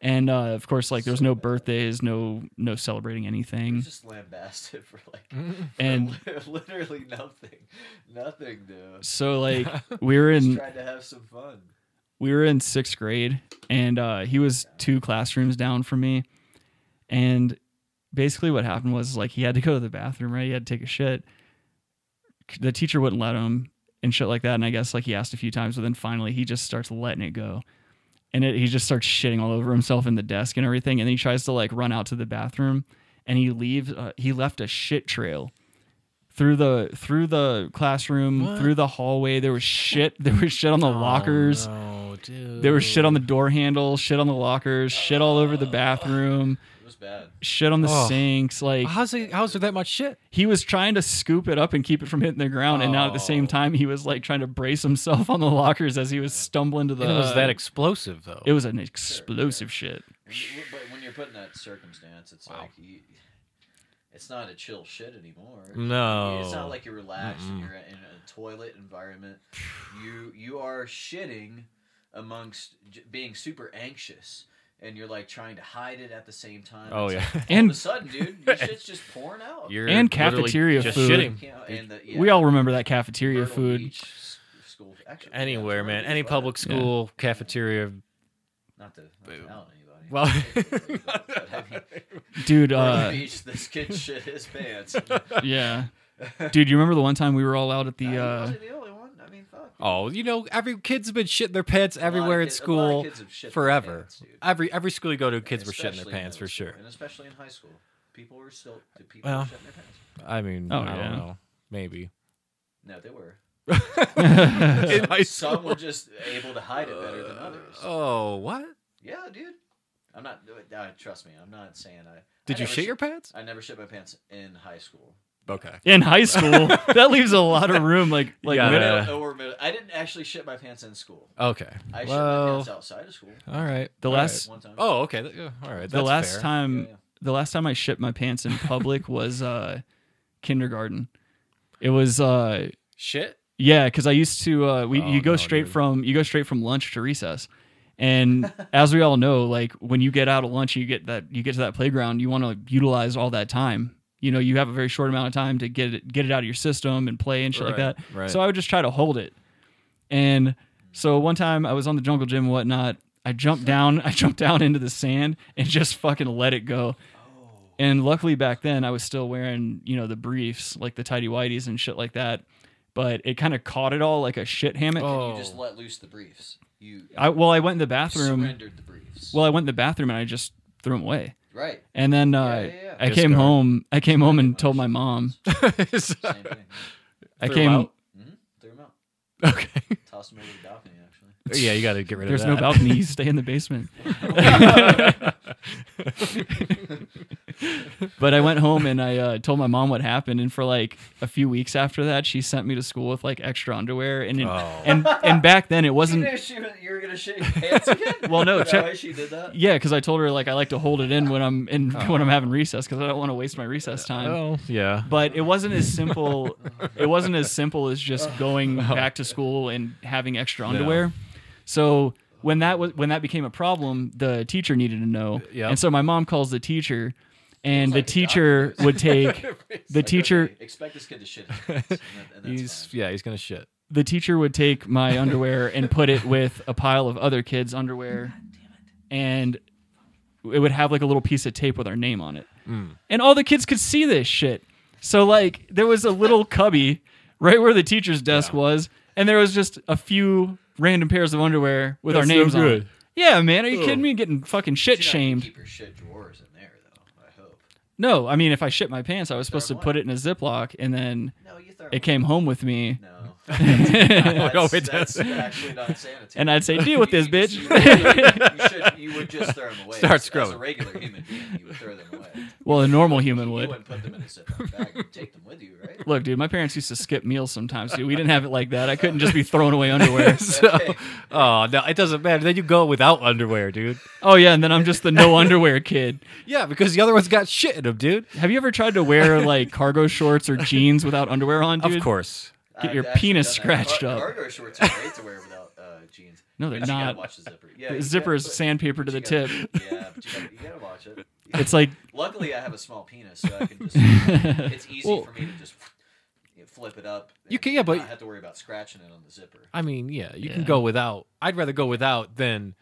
[SPEAKER 1] And uh, of course, like, there was no birthdays, no no celebrating
[SPEAKER 3] It was
[SPEAKER 1] anything.
[SPEAKER 3] just lambasted for like
[SPEAKER 1] And
[SPEAKER 3] literally nothing, nothing, dude.
[SPEAKER 1] so, like, we were
[SPEAKER 3] Just
[SPEAKER 1] in
[SPEAKER 3] tried to have some fun.
[SPEAKER 1] we were in sixth grade and uh, he was two classrooms down from me and basically what happened was like he had to go to the bathroom right he had to take a shit the teacher wouldn't let him and shit like that and i guess like he asked a few times but then finally he just starts letting it go and it, he just starts shitting all over himself in the desk and everything and then he tries to like run out to the bathroom and he leaves uh, he left a shit trail through the through the classroom
[SPEAKER 2] What?
[SPEAKER 1] through the hallway there was shit there was shit on the lockers
[SPEAKER 2] Oh, dude.
[SPEAKER 1] there was shit on the door handle, shit on the lockers, shit all over the bathroom,
[SPEAKER 3] It was bad.
[SPEAKER 1] shit on the
[SPEAKER 2] Oh.
[SPEAKER 1] sinks. Like
[SPEAKER 2] How's it, how's there that much shit?
[SPEAKER 1] he was trying to scoop it up and keep it from hitting the ground, and now at the same
[SPEAKER 2] Oh.
[SPEAKER 1] time he was like trying to brace himself on the lockers as he was stumbling to the.
[SPEAKER 2] And it was that explosive though.
[SPEAKER 1] it was an explosive shit.
[SPEAKER 3] When you- But when you're put in that circumstance, it's
[SPEAKER 2] Wow.
[SPEAKER 3] like you, it's not a chill shit anymore.
[SPEAKER 2] no.
[SPEAKER 3] It's not like you're relaxed
[SPEAKER 2] Oh.
[SPEAKER 3] and
[SPEAKER 2] Mm-mm.
[SPEAKER 3] you're in a toilet environment. You you are shitting amongst j- being super anxious, and you're like trying to hide it at the same time.
[SPEAKER 2] Oh
[SPEAKER 3] It's
[SPEAKER 2] yeah.
[SPEAKER 3] like, all
[SPEAKER 1] And-
[SPEAKER 3] of a sudden, dude, your shit's just pouring out.
[SPEAKER 2] You're
[SPEAKER 1] And
[SPEAKER 2] literally
[SPEAKER 1] cafeteria
[SPEAKER 2] just
[SPEAKER 1] food.
[SPEAKER 2] shitting.
[SPEAKER 3] You know, and the, yeah,
[SPEAKER 1] We all remember that cafeteria
[SPEAKER 3] Myrtle
[SPEAKER 1] food.
[SPEAKER 3] Beach s- school- actually, yeah,
[SPEAKER 2] Anywhere,
[SPEAKER 3] Myrtle
[SPEAKER 2] man.
[SPEAKER 3] Beach,
[SPEAKER 2] Any
[SPEAKER 3] but
[SPEAKER 2] public school cafeteria.
[SPEAKER 3] Not to, not to out anybody.
[SPEAKER 2] Well-
[SPEAKER 3] but I mean,
[SPEAKER 1] dude.
[SPEAKER 3] Myrtle
[SPEAKER 1] Uh,
[SPEAKER 3] Beach, this kid shit his pants.
[SPEAKER 1] yeah, dude. You remember the one time we were all out at the.
[SPEAKER 3] I
[SPEAKER 1] Uh,
[SPEAKER 3] wasn't the only one. I mean, fuck.
[SPEAKER 2] Oh, you know, every kid's been shitting their pants
[SPEAKER 3] A lot of
[SPEAKER 2] everywhere at
[SPEAKER 3] kids- a lot of
[SPEAKER 2] school
[SPEAKER 3] kids have shit their
[SPEAKER 2] forever.
[SPEAKER 3] pants, dude.
[SPEAKER 2] every every school you go to, kids were shitting
[SPEAKER 3] Especially
[SPEAKER 2] their
[SPEAKER 3] in
[SPEAKER 2] pants for
[SPEAKER 3] middle school,
[SPEAKER 2] sure.
[SPEAKER 3] and especially in high school, people were still the people
[SPEAKER 2] Well.
[SPEAKER 3] were shitting their pants.
[SPEAKER 2] I mean,
[SPEAKER 1] Oh,
[SPEAKER 2] I don't
[SPEAKER 1] yeah.
[SPEAKER 2] know. Maybe.
[SPEAKER 3] No, they were.
[SPEAKER 2] In high
[SPEAKER 3] Some
[SPEAKER 2] school.
[SPEAKER 3] were just able to hide it better than others.
[SPEAKER 2] Uh, Oh, what?
[SPEAKER 3] Yeah, dude. I'm not. Uh, trust me, I'm not saying I.
[SPEAKER 2] Did
[SPEAKER 3] I
[SPEAKER 2] you
[SPEAKER 3] never
[SPEAKER 2] shit
[SPEAKER 3] sh-
[SPEAKER 2] your pants?
[SPEAKER 3] I never shit my pants in high school.
[SPEAKER 2] Okay.
[SPEAKER 1] in high school, that leaves a lot of room. Like, like
[SPEAKER 2] Yeah,
[SPEAKER 1] middle-
[SPEAKER 2] that-
[SPEAKER 3] Middle- over middle- I didn't actually shit my pants in school.
[SPEAKER 2] Okay.
[SPEAKER 3] I shit my
[SPEAKER 2] well,
[SPEAKER 3] pants outside of school.
[SPEAKER 2] all right.
[SPEAKER 1] The
[SPEAKER 2] all
[SPEAKER 1] last-
[SPEAKER 3] One time.
[SPEAKER 2] right. Oh, um, okay. that- yeah, All right.
[SPEAKER 1] the
[SPEAKER 2] that's
[SPEAKER 1] last
[SPEAKER 2] fair.
[SPEAKER 1] time
[SPEAKER 3] Yeah, yeah.
[SPEAKER 1] the last time I shit my pants in public was uh kindergarten. It was uh
[SPEAKER 2] Shit.
[SPEAKER 1] yeah, because I used to uh we
[SPEAKER 2] Oh,
[SPEAKER 1] you go
[SPEAKER 2] no,
[SPEAKER 1] straight
[SPEAKER 2] dude.
[SPEAKER 1] from you go straight from lunch to recess. And as we all know, like when you get out of lunch, you get that you get to that playground, you want to utilize all that time. You know, you have a very short amount of time to get it get it out of your system and play and shit like
[SPEAKER 2] Right,
[SPEAKER 1] that.
[SPEAKER 2] right.
[SPEAKER 1] So I would just try to hold it. And so one time I was on the jungle gym and whatnot. I jumped down, I jumped down into the sand and just fucking let it go.
[SPEAKER 3] Oh.
[SPEAKER 1] And luckily back then I was still wearing, you know, the briefs, like the tidy whities and shit like that. But it kind of caught it all like a shit hammock.
[SPEAKER 2] Oh.
[SPEAKER 3] You just let loose the briefs. You
[SPEAKER 1] I well, I went in the bathroom.
[SPEAKER 3] surrendered the briefs.
[SPEAKER 1] Well, I went in the bathroom and I just threw them away.
[SPEAKER 3] Right.
[SPEAKER 1] And then uh,
[SPEAKER 3] yeah, yeah.
[SPEAKER 1] I
[SPEAKER 2] Discard.
[SPEAKER 1] came home. I came home and told my
[SPEAKER 3] Same
[SPEAKER 1] mom.
[SPEAKER 3] thing.
[SPEAKER 1] I
[SPEAKER 2] Threw
[SPEAKER 1] came.
[SPEAKER 2] out?
[SPEAKER 3] Mhm. Threw him out.
[SPEAKER 2] okay.
[SPEAKER 3] Tossed him over the balcony. Actually.
[SPEAKER 2] Yeah, you got to get rid
[SPEAKER 1] There's
[SPEAKER 2] of
[SPEAKER 1] no
[SPEAKER 2] that.
[SPEAKER 1] balcony. You stay in the basement. but I went home and I uh, told my mom what happened. And for like a few weeks after that, she sent me to school with like extra underwear. And it-
[SPEAKER 2] Oh.
[SPEAKER 1] and and back then it wasn't.
[SPEAKER 3] you knew she was, you were gonna shit your pants again.
[SPEAKER 1] Well, no,
[SPEAKER 3] Is that
[SPEAKER 1] check-
[SPEAKER 3] why she did that.
[SPEAKER 1] Yeah, because I told her like I like to hold it in when I'm in when I'm having recess because I don't want to waste my recess time.
[SPEAKER 2] Oh, yeah.
[SPEAKER 1] But it wasn't as simple. it wasn't as simple as just going back to school and having extra
[SPEAKER 2] No.
[SPEAKER 1] underwear. So when that was when that became a problem, the teacher needed to know.
[SPEAKER 2] Yeah.
[SPEAKER 1] And so my mom calls the teacher, and
[SPEAKER 3] It's
[SPEAKER 1] the
[SPEAKER 3] like the
[SPEAKER 1] teacher
[SPEAKER 3] doctors.
[SPEAKER 1] would take the
[SPEAKER 3] Like,
[SPEAKER 1] teacher
[SPEAKER 3] okay, expect this kid to shit. His pants, and that- and that's
[SPEAKER 2] He's
[SPEAKER 3] fine.
[SPEAKER 2] yeah, he's gonna shit.
[SPEAKER 1] the teacher would take my underwear and put it with a pile of other kids' underwear, and it would have like a little piece of tape with our name on it.
[SPEAKER 2] Mm.
[SPEAKER 1] And all the kids could see this shit. So like there was a little cubby right where the teacher's desk was, and there was just a few random pairs of underwear with our
[SPEAKER 2] That's
[SPEAKER 1] names
[SPEAKER 2] no
[SPEAKER 1] on. It.
[SPEAKER 2] good.
[SPEAKER 1] Yeah, man, are you
[SPEAKER 2] Ugh.
[SPEAKER 1] kidding me? Getting fucking shit
[SPEAKER 3] You're not gonna
[SPEAKER 1] shamed.
[SPEAKER 3] Keep your shit drawers in there though. I hope.
[SPEAKER 1] No, I mean if I shit my pants, I was supposed to
[SPEAKER 3] Throw 'em
[SPEAKER 1] put it in a Ziploc, and then
[SPEAKER 3] No, you throw.
[SPEAKER 1] it came home with me.
[SPEAKER 3] No. that's,
[SPEAKER 2] no, it
[SPEAKER 3] that's
[SPEAKER 2] doesn't.
[SPEAKER 3] actually not sanitary.
[SPEAKER 1] And I'd say, deal with this,
[SPEAKER 3] You- you-
[SPEAKER 1] bitch.
[SPEAKER 3] You, you should, you would just throw them away.
[SPEAKER 2] Start
[SPEAKER 3] As- As
[SPEAKER 2] scrubbing.
[SPEAKER 3] a regular human being, you would throw them away.
[SPEAKER 1] Well, a normal human
[SPEAKER 3] you
[SPEAKER 1] would.
[SPEAKER 3] wouldn't put them in a Ziploc bag and take them with you, right?
[SPEAKER 1] Look, dude, my parents used to skip meals sometimes, dude. We didn't have it like that. I couldn't just be throwing away underwear.
[SPEAKER 2] So, oh no, it doesn't matter. Then you go without underwear, dude.
[SPEAKER 1] Oh yeah, and then I'm just the no underwear kid.
[SPEAKER 2] Yeah, because the other one's got shit in him, dude.
[SPEAKER 1] Have you ever tried to wear like cargo shorts or jeans without underwear on, dude?
[SPEAKER 2] Of course.
[SPEAKER 1] Get
[SPEAKER 3] I've
[SPEAKER 1] your
[SPEAKER 3] actually
[SPEAKER 1] penis
[SPEAKER 3] done that.
[SPEAKER 1] scratched up.
[SPEAKER 3] Cargo shorts are great to wear without uh, jeans.
[SPEAKER 1] No, they're
[SPEAKER 3] But you gotta
[SPEAKER 1] not.
[SPEAKER 3] watch the zipper. Yeah,
[SPEAKER 1] The
[SPEAKER 3] you
[SPEAKER 1] zipper
[SPEAKER 3] gotta-
[SPEAKER 1] is
[SPEAKER 3] but-
[SPEAKER 1] sandpaper to the
[SPEAKER 3] but
[SPEAKER 1] tip.
[SPEAKER 3] you gotta- Yeah, but you gotta, you gotta watch it.
[SPEAKER 1] It's like
[SPEAKER 3] Luckily, I have a small penis, so I can just. it's easy
[SPEAKER 2] Well-
[SPEAKER 3] for me to just flip it up.
[SPEAKER 2] You
[SPEAKER 3] and
[SPEAKER 2] can- yeah, but-
[SPEAKER 3] not have to worry about scratching it on the zipper.
[SPEAKER 2] I mean, yeah, you
[SPEAKER 1] Yeah.
[SPEAKER 2] can go without. I'd rather go without than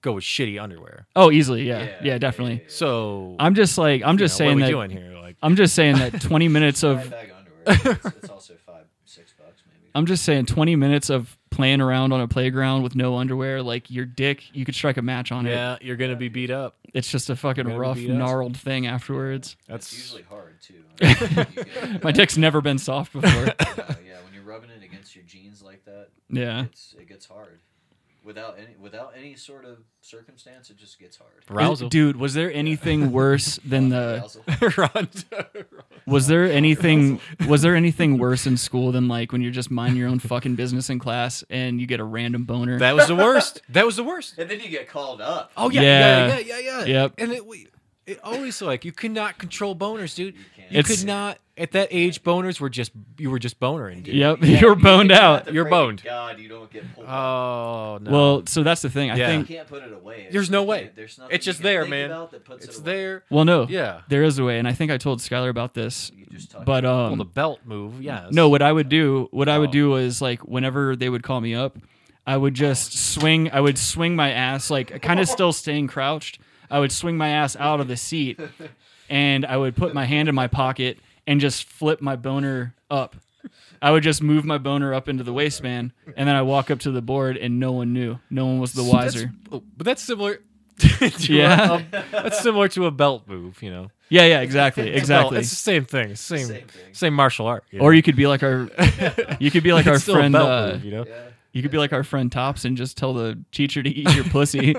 [SPEAKER 2] go with shitty underwear.
[SPEAKER 1] oh, easily, yeah, yeah,
[SPEAKER 3] yeah,
[SPEAKER 1] definitely.
[SPEAKER 3] yeah.
[SPEAKER 2] So
[SPEAKER 1] I'm just like I'm
[SPEAKER 2] you
[SPEAKER 1] just
[SPEAKER 2] know,
[SPEAKER 1] saying
[SPEAKER 2] what
[SPEAKER 1] that.
[SPEAKER 2] are we doing here? Like,
[SPEAKER 1] I'm just saying that 20 minutes
[SPEAKER 3] Five
[SPEAKER 1] of
[SPEAKER 3] bag of underwear. It's, it's also five, six bucks maybe.
[SPEAKER 1] I'm just saying 20 minutes of playing around on a playground with no underwear, like your dick, you could strike a match on it.
[SPEAKER 2] yeah, you're gonna be beat up.
[SPEAKER 1] It's just a fucking
[SPEAKER 2] Gonna
[SPEAKER 1] rough,
[SPEAKER 2] beat us.
[SPEAKER 1] gnarled thing afterwards.
[SPEAKER 3] That's
[SPEAKER 2] That's
[SPEAKER 3] it's usually hard too. I mean, you get-
[SPEAKER 1] My dick's never been soft before.
[SPEAKER 3] uh, yeah, when you're rubbing it against your jeans like that,
[SPEAKER 1] Yeah.
[SPEAKER 3] it's it gets hard. Without any without any sort of circumstance, it just gets hard.
[SPEAKER 1] Is-
[SPEAKER 2] arousal.
[SPEAKER 1] Dude, was there anything worse than the
[SPEAKER 3] Arousal.
[SPEAKER 2] Run.
[SPEAKER 1] was there anything was there anything worse in school than like when you're just minding your own fucking business in class and you get a random boner?
[SPEAKER 2] that was the worst. That was the worst.
[SPEAKER 3] and then you get called up.
[SPEAKER 2] Oh yeah, yeah,
[SPEAKER 1] Yeah.
[SPEAKER 2] yeah, yeah, yeah.
[SPEAKER 1] Yep.
[SPEAKER 2] And it we- it always like you could not control boners, dude.
[SPEAKER 3] can't.
[SPEAKER 2] You
[SPEAKER 1] It's-
[SPEAKER 2] could not at that age. Boners were just you were just bonering, dude.
[SPEAKER 1] Yep, you're boned
[SPEAKER 3] have
[SPEAKER 1] out.
[SPEAKER 3] to
[SPEAKER 2] You're
[SPEAKER 3] pray to
[SPEAKER 2] boned.
[SPEAKER 3] God, you don't get pulled. up.
[SPEAKER 2] Oh no.
[SPEAKER 1] Well, so that's the thing. I
[SPEAKER 2] Yeah.
[SPEAKER 3] you
[SPEAKER 1] think
[SPEAKER 3] can't put it away. It's-
[SPEAKER 2] There's no
[SPEAKER 3] you
[SPEAKER 2] way.
[SPEAKER 3] can't- There's nothing
[SPEAKER 2] it's
[SPEAKER 3] you
[SPEAKER 2] just
[SPEAKER 3] can
[SPEAKER 2] there,
[SPEAKER 3] think
[SPEAKER 2] man.
[SPEAKER 3] about that puts
[SPEAKER 2] It's
[SPEAKER 3] it away.
[SPEAKER 2] there.
[SPEAKER 1] well no.
[SPEAKER 2] Yeah.
[SPEAKER 1] There is a way and I think I told Skylar about this.
[SPEAKER 3] You just touch
[SPEAKER 1] But
[SPEAKER 3] it.
[SPEAKER 1] um
[SPEAKER 2] well, the belt move. Yeah.
[SPEAKER 1] No, what I would do, what I would
[SPEAKER 2] Oh.
[SPEAKER 1] do was like whenever they would call me up, I would just swing, I would swing my ass, like kind of still staying crouched. I would swing my ass out of the seat and I would put my hand in my pocket and just flip my boner up. I would just move my boner up into the waistband and then I walk up to the board and no one knew. No one was the
[SPEAKER 2] That's-
[SPEAKER 1] wiser.
[SPEAKER 2] oh, but that's similar. to a-
[SPEAKER 1] Yeah.
[SPEAKER 2] um, that's similar to a belt move. You know.
[SPEAKER 1] Yeah, yeah, exactly.
[SPEAKER 2] It's a belt.
[SPEAKER 1] Exactly.
[SPEAKER 2] It's the same thing. Same.
[SPEAKER 3] Same
[SPEAKER 2] Same,
[SPEAKER 3] thing.
[SPEAKER 2] martial art. know?
[SPEAKER 1] Or you could be like our you could be like
[SPEAKER 2] It's
[SPEAKER 1] our
[SPEAKER 2] still a
[SPEAKER 1] friend
[SPEAKER 2] belt
[SPEAKER 1] uh,
[SPEAKER 2] move, you know.
[SPEAKER 3] Yeah.
[SPEAKER 1] You could be like our friend Tops and just tell the teacher to eat your pussy.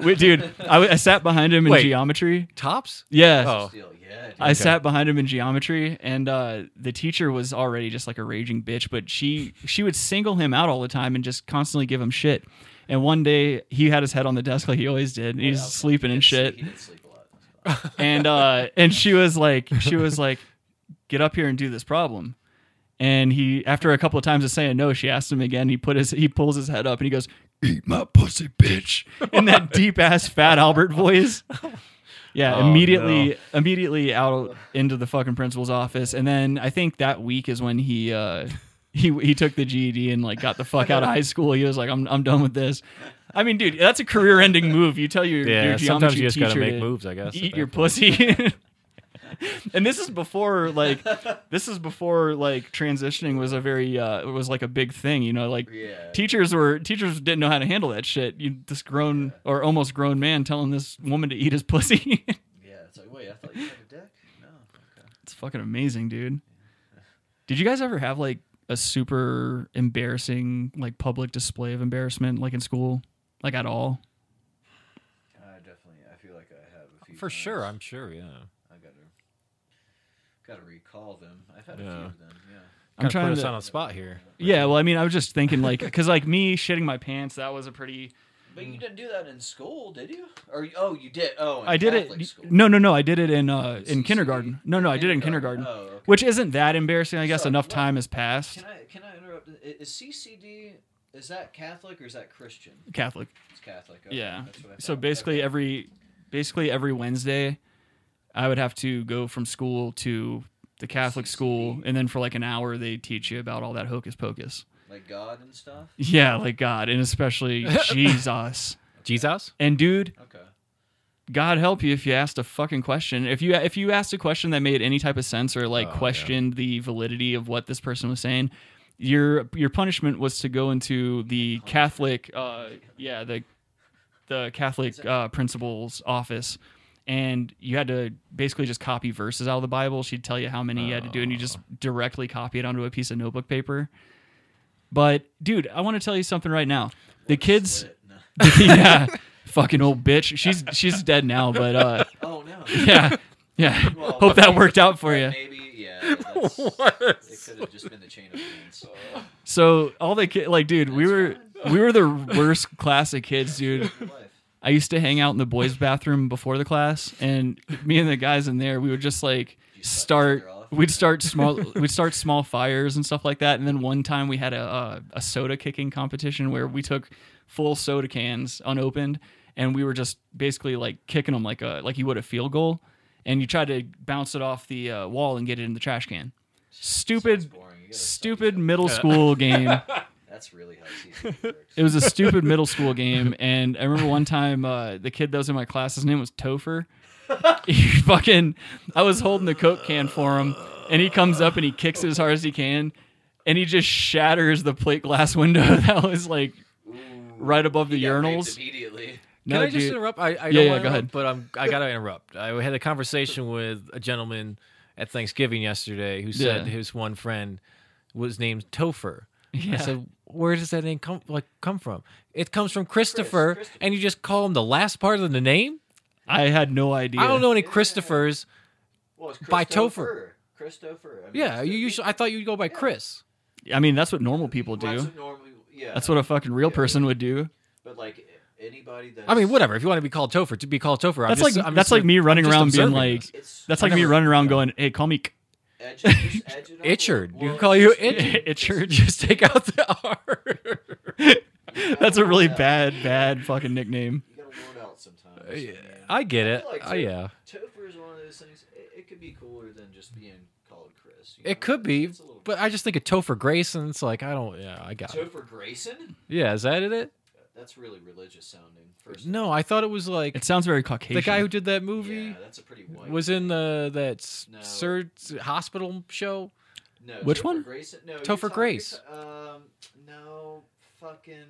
[SPEAKER 1] Wait, dude, I, w- I sat behind him in
[SPEAKER 2] Wait.
[SPEAKER 1] geometry.
[SPEAKER 2] Tops.
[SPEAKER 1] Yeah.
[SPEAKER 2] Oh.
[SPEAKER 3] Still, yeah. dude.
[SPEAKER 1] I sat behind him in geometry, and uh, the teacher was already just like a raging bitch. But she she would single him out all the time and just constantly give him shit. And one day he had his head on the desk like he always did, and he's
[SPEAKER 3] Yeah,
[SPEAKER 1] sleeping
[SPEAKER 3] he
[SPEAKER 1] and
[SPEAKER 3] did sleep-
[SPEAKER 1] shit.
[SPEAKER 3] He did sleep a lot. That's fine.
[SPEAKER 1] and uh, and she was like, she was like, get up here and do this problem. And he, after a couple of times of saying no, she asked him again. He put his, he pulls his head up and he goes, "Eat my pussy, bitch," in that deep ass fat Albert voice. Yeah,
[SPEAKER 2] Oh,
[SPEAKER 1] immediately, immediately out into the fucking principal's office. And then I think that week is when he. Uh, he, he took the GED and like got the fuck out of high school. He was like, I'm, I'm done with this. I mean, dude, that's a career ending move. You tell your, your
[SPEAKER 2] Yeah.
[SPEAKER 1] geometry
[SPEAKER 2] Sometimes you just
[SPEAKER 1] teacher
[SPEAKER 2] gotta make
[SPEAKER 1] to-
[SPEAKER 2] moves. I guess. at
[SPEAKER 1] eat
[SPEAKER 2] that
[SPEAKER 1] your
[SPEAKER 2] point.
[SPEAKER 1] pussy. and this is before like this is before like transitioning was a very uh it was like a big thing, you know, like
[SPEAKER 3] yeah.
[SPEAKER 1] teachers were teachers didn't know how to handle that shit. You this grown or almost grown man telling this woman to eat his pussy.
[SPEAKER 3] Wait, I thought you had a deck. No. Okay.
[SPEAKER 1] It's fucking amazing, dude. Did you guys ever have like a super embarrassing like public display of embarrassment like in school? Like at all?
[SPEAKER 3] I definitely. I feel like I have a few.
[SPEAKER 2] For
[SPEAKER 3] times.
[SPEAKER 2] sure, I'm sure. Yeah.
[SPEAKER 3] I gotta. Gotta recall them. I've had a few
[SPEAKER 2] Yeah.
[SPEAKER 3] of them. Yeah.
[SPEAKER 1] I'm
[SPEAKER 2] Kinda
[SPEAKER 1] trying
[SPEAKER 2] put us
[SPEAKER 1] to-
[SPEAKER 2] on a spot here.
[SPEAKER 1] Yeah, well I mean I was just thinking like cuz like me shitting my pants, that was a pretty
[SPEAKER 3] But you didn't do that in school, did you? Or you- oh, you did. Oh, in
[SPEAKER 1] Mm. I did
[SPEAKER 3] Catholic
[SPEAKER 1] it
[SPEAKER 3] School.
[SPEAKER 1] No, no, no, I did it in uh
[SPEAKER 3] CCD.
[SPEAKER 1] in kindergarten. No, no, I did it in kindergarten.
[SPEAKER 3] Oh, okay.
[SPEAKER 1] Which isn't that embarrassing, I guess
[SPEAKER 3] So,
[SPEAKER 1] enough
[SPEAKER 3] what-
[SPEAKER 1] time has passed.
[SPEAKER 3] Can I can I interrupt? I- Is CCD is that Catholic or is that Christian?
[SPEAKER 1] Catholic.
[SPEAKER 3] It's Catholic. Okay.
[SPEAKER 1] Yeah.
[SPEAKER 3] That's what I
[SPEAKER 1] So
[SPEAKER 3] thought.
[SPEAKER 1] basically
[SPEAKER 3] Okay.
[SPEAKER 1] every basically every Wednesday I would have to go from school to the Catholic school and then for like an hour they teach you about all that hocus pocus.
[SPEAKER 3] like God and stuff.
[SPEAKER 1] Yeah, like God and especially Jesus.
[SPEAKER 2] Jesus.
[SPEAKER 1] And dude,
[SPEAKER 3] Okay.
[SPEAKER 1] God help you if you asked a fucking question. If you if you asked a question that made any type of sense or like
[SPEAKER 2] Oh, yeah.
[SPEAKER 1] questioned the validity of what this person was saying, your your punishment was to go into the Catholic uh yeah, the the Catholic uh, principal's office and you had to basically just copy verses out of the Bible. She'd tell you how many you had to do and you
[SPEAKER 2] Oh.
[SPEAKER 1] just directly copy it onto a piece of notebook paper. But dude, I want to tell you something right now. The
[SPEAKER 3] What a
[SPEAKER 1] kids
[SPEAKER 3] slit. No.
[SPEAKER 1] yeah, fucking old bitch. She's she's dead now, but uh,
[SPEAKER 3] Oh no.
[SPEAKER 1] yeah, yeah.
[SPEAKER 3] Well,
[SPEAKER 1] Hope that worked out for
[SPEAKER 3] Well,
[SPEAKER 1] you.
[SPEAKER 3] Maybe yeah. That's,
[SPEAKER 2] What?
[SPEAKER 3] It could have just been the chain of events. Uh,
[SPEAKER 1] So all the kid, like, dude, we
[SPEAKER 3] That's
[SPEAKER 1] were we were the worst class of kids, dude.
[SPEAKER 3] your life.
[SPEAKER 1] I used to hang out in the boys' bathroom before the class, and me and the guys in there, we would just like
[SPEAKER 3] You start
[SPEAKER 1] start.
[SPEAKER 3] each other off?
[SPEAKER 1] We'd start small. we'd start small fires and stuff like that. And then one time we had a uh, a soda kicking competition where we took full soda cans unopened, and we were just basically like kicking them like a like you would a field goal, and you tried to bounce it off the uh, wall and get it in the trash can.
[SPEAKER 3] Sounds
[SPEAKER 1] Stupid,
[SPEAKER 3] boring. You gotta stop
[SPEAKER 1] stupid
[SPEAKER 3] yourself.
[SPEAKER 1] middle school game.
[SPEAKER 3] That's really how CCD works.
[SPEAKER 1] It was a stupid middle school game, and I remember one time uh, the kid that was in my class, his name was Topher. He fucking, I was holding the coke can for him, and he comes up and he kicks it as hard as he can, and he just shatters the plate glass window that was like right above the
[SPEAKER 3] He got raped
[SPEAKER 1] urinals.
[SPEAKER 3] Immediately.
[SPEAKER 1] No,
[SPEAKER 2] Can I just
[SPEAKER 1] dude.
[SPEAKER 2] interrupt? I, I
[SPEAKER 1] Yeah,
[SPEAKER 2] don't
[SPEAKER 1] yeah,
[SPEAKER 2] wanna
[SPEAKER 1] go ahead.
[SPEAKER 2] interrupt, But I'm I gotta interrupt. I had a conversation with a gentleman at Thanksgiving yesterday who said
[SPEAKER 1] Yeah.
[SPEAKER 2] his one friend was named Topher.
[SPEAKER 1] Yeah.
[SPEAKER 2] I said, where does that name come like come from? It comes from Christopher,
[SPEAKER 3] Christopher.
[SPEAKER 2] and you just call him the last part of the name.
[SPEAKER 1] I had no idea.
[SPEAKER 2] I don't know any
[SPEAKER 3] Yeah.
[SPEAKER 2] Christophers.
[SPEAKER 3] Well, it's
[SPEAKER 2] By
[SPEAKER 3] Christopher. Christopher. I mean,
[SPEAKER 2] Yeah, you
[SPEAKER 3] it's-
[SPEAKER 2] usually. I thought you'd go by Chris.
[SPEAKER 1] I mean, that's what normal people
[SPEAKER 3] That's
[SPEAKER 1] do.
[SPEAKER 3] what normally, yeah.
[SPEAKER 1] That's what a fucking real
[SPEAKER 3] Yeah.
[SPEAKER 1] person would do.
[SPEAKER 3] But like anybody that
[SPEAKER 2] I mean, whatever. If you want to be called Topher, to be called Topher. I'm
[SPEAKER 1] That's
[SPEAKER 2] just-
[SPEAKER 1] like
[SPEAKER 2] I'm
[SPEAKER 1] that's
[SPEAKER 2] just-
[SPEAKER 1] like me
[SPEAKER 2] I'm
[SPEAKER 1] running
[SPEAKER 2] just
[SPEAKER 1] around being
[SPEAKER 2] observing
[SPEAKER 1] like,
[SPEAKER 2] this.
[SPEAKER 3] It's
[SPEAKER 1] that's
[SPEAKER 2] I
[SPEAKER 1] like me
[SPEAKER 2] never-
[SPEAKER 1] running around going, hey, call me. K-
[SPEAKER 3] edge, just edge it up.
[SPEAKER 2] Itchard.
[SPEAKER 3] Well,
[SPEAKER 2] You can call you
[SPEAKER 3] it's-
[SPEAKER 1] Itchard.
[SPEAKER 2] Itchard. Just take out the R.
[SPEAKER 1] That's a really
[SPEAKER 3] Yeah.
[SPEAKER 1] bad, bad fucking nickname.
[SPEAKER 3] You gotta word out sometimes.
[SPEAKER 2] Yeah,
[SPEAKER 3] man.
[SPEAKER 2] I get it.
[SPEAKER 3] feel like
[SPEAKER 2] Oh,
[SPEAKER 3] Topher-
[SPEAKER 2] yeah.
[SPEAKER 3] Topher is one of those things. It, it could be cooler than just being called Chris. you
[SPEAKER 2] It
[SPEAKER 3] know?
[SPEAKER 2] could be,
[SPEAKER 3] It's a little-
[SPEAKER 2] but I just think of Topher Grayson. It's like I don't. Yeah, I got it.
[SPEAKER 3] Topher Grayson?
[SPEAKER 2] Yeah, is that it?
[SPEAKER 3] That's really religious sounding. First,
[SPEAKER 2] No, I thought it was like
[SPEAKER 1] It sounds very Caucasian.
[SPEAKER 2] the guy who did that
[SPEAKER 3] yeah,
[SPEAKER 2] movie
[SPEAKER 3] that's a pretty white.
[SPEAKER 2] was in the that s-
[SPEAKER 3] No.
[SPEAKER 2] sur- hospital show.
[SPEAKER 3] No,
[SPEAKER 1] Which
[SPEAKER 3] Topher
[SPEAKER 1] one?
[SPEAKER 3] Grayson. No, you're
[SPEAKER 2] Topher
[SPEAKER 3] talking-
[SPEAKER 2] Grace.
[SPEAKER 3] you're ta- um, no, fucking.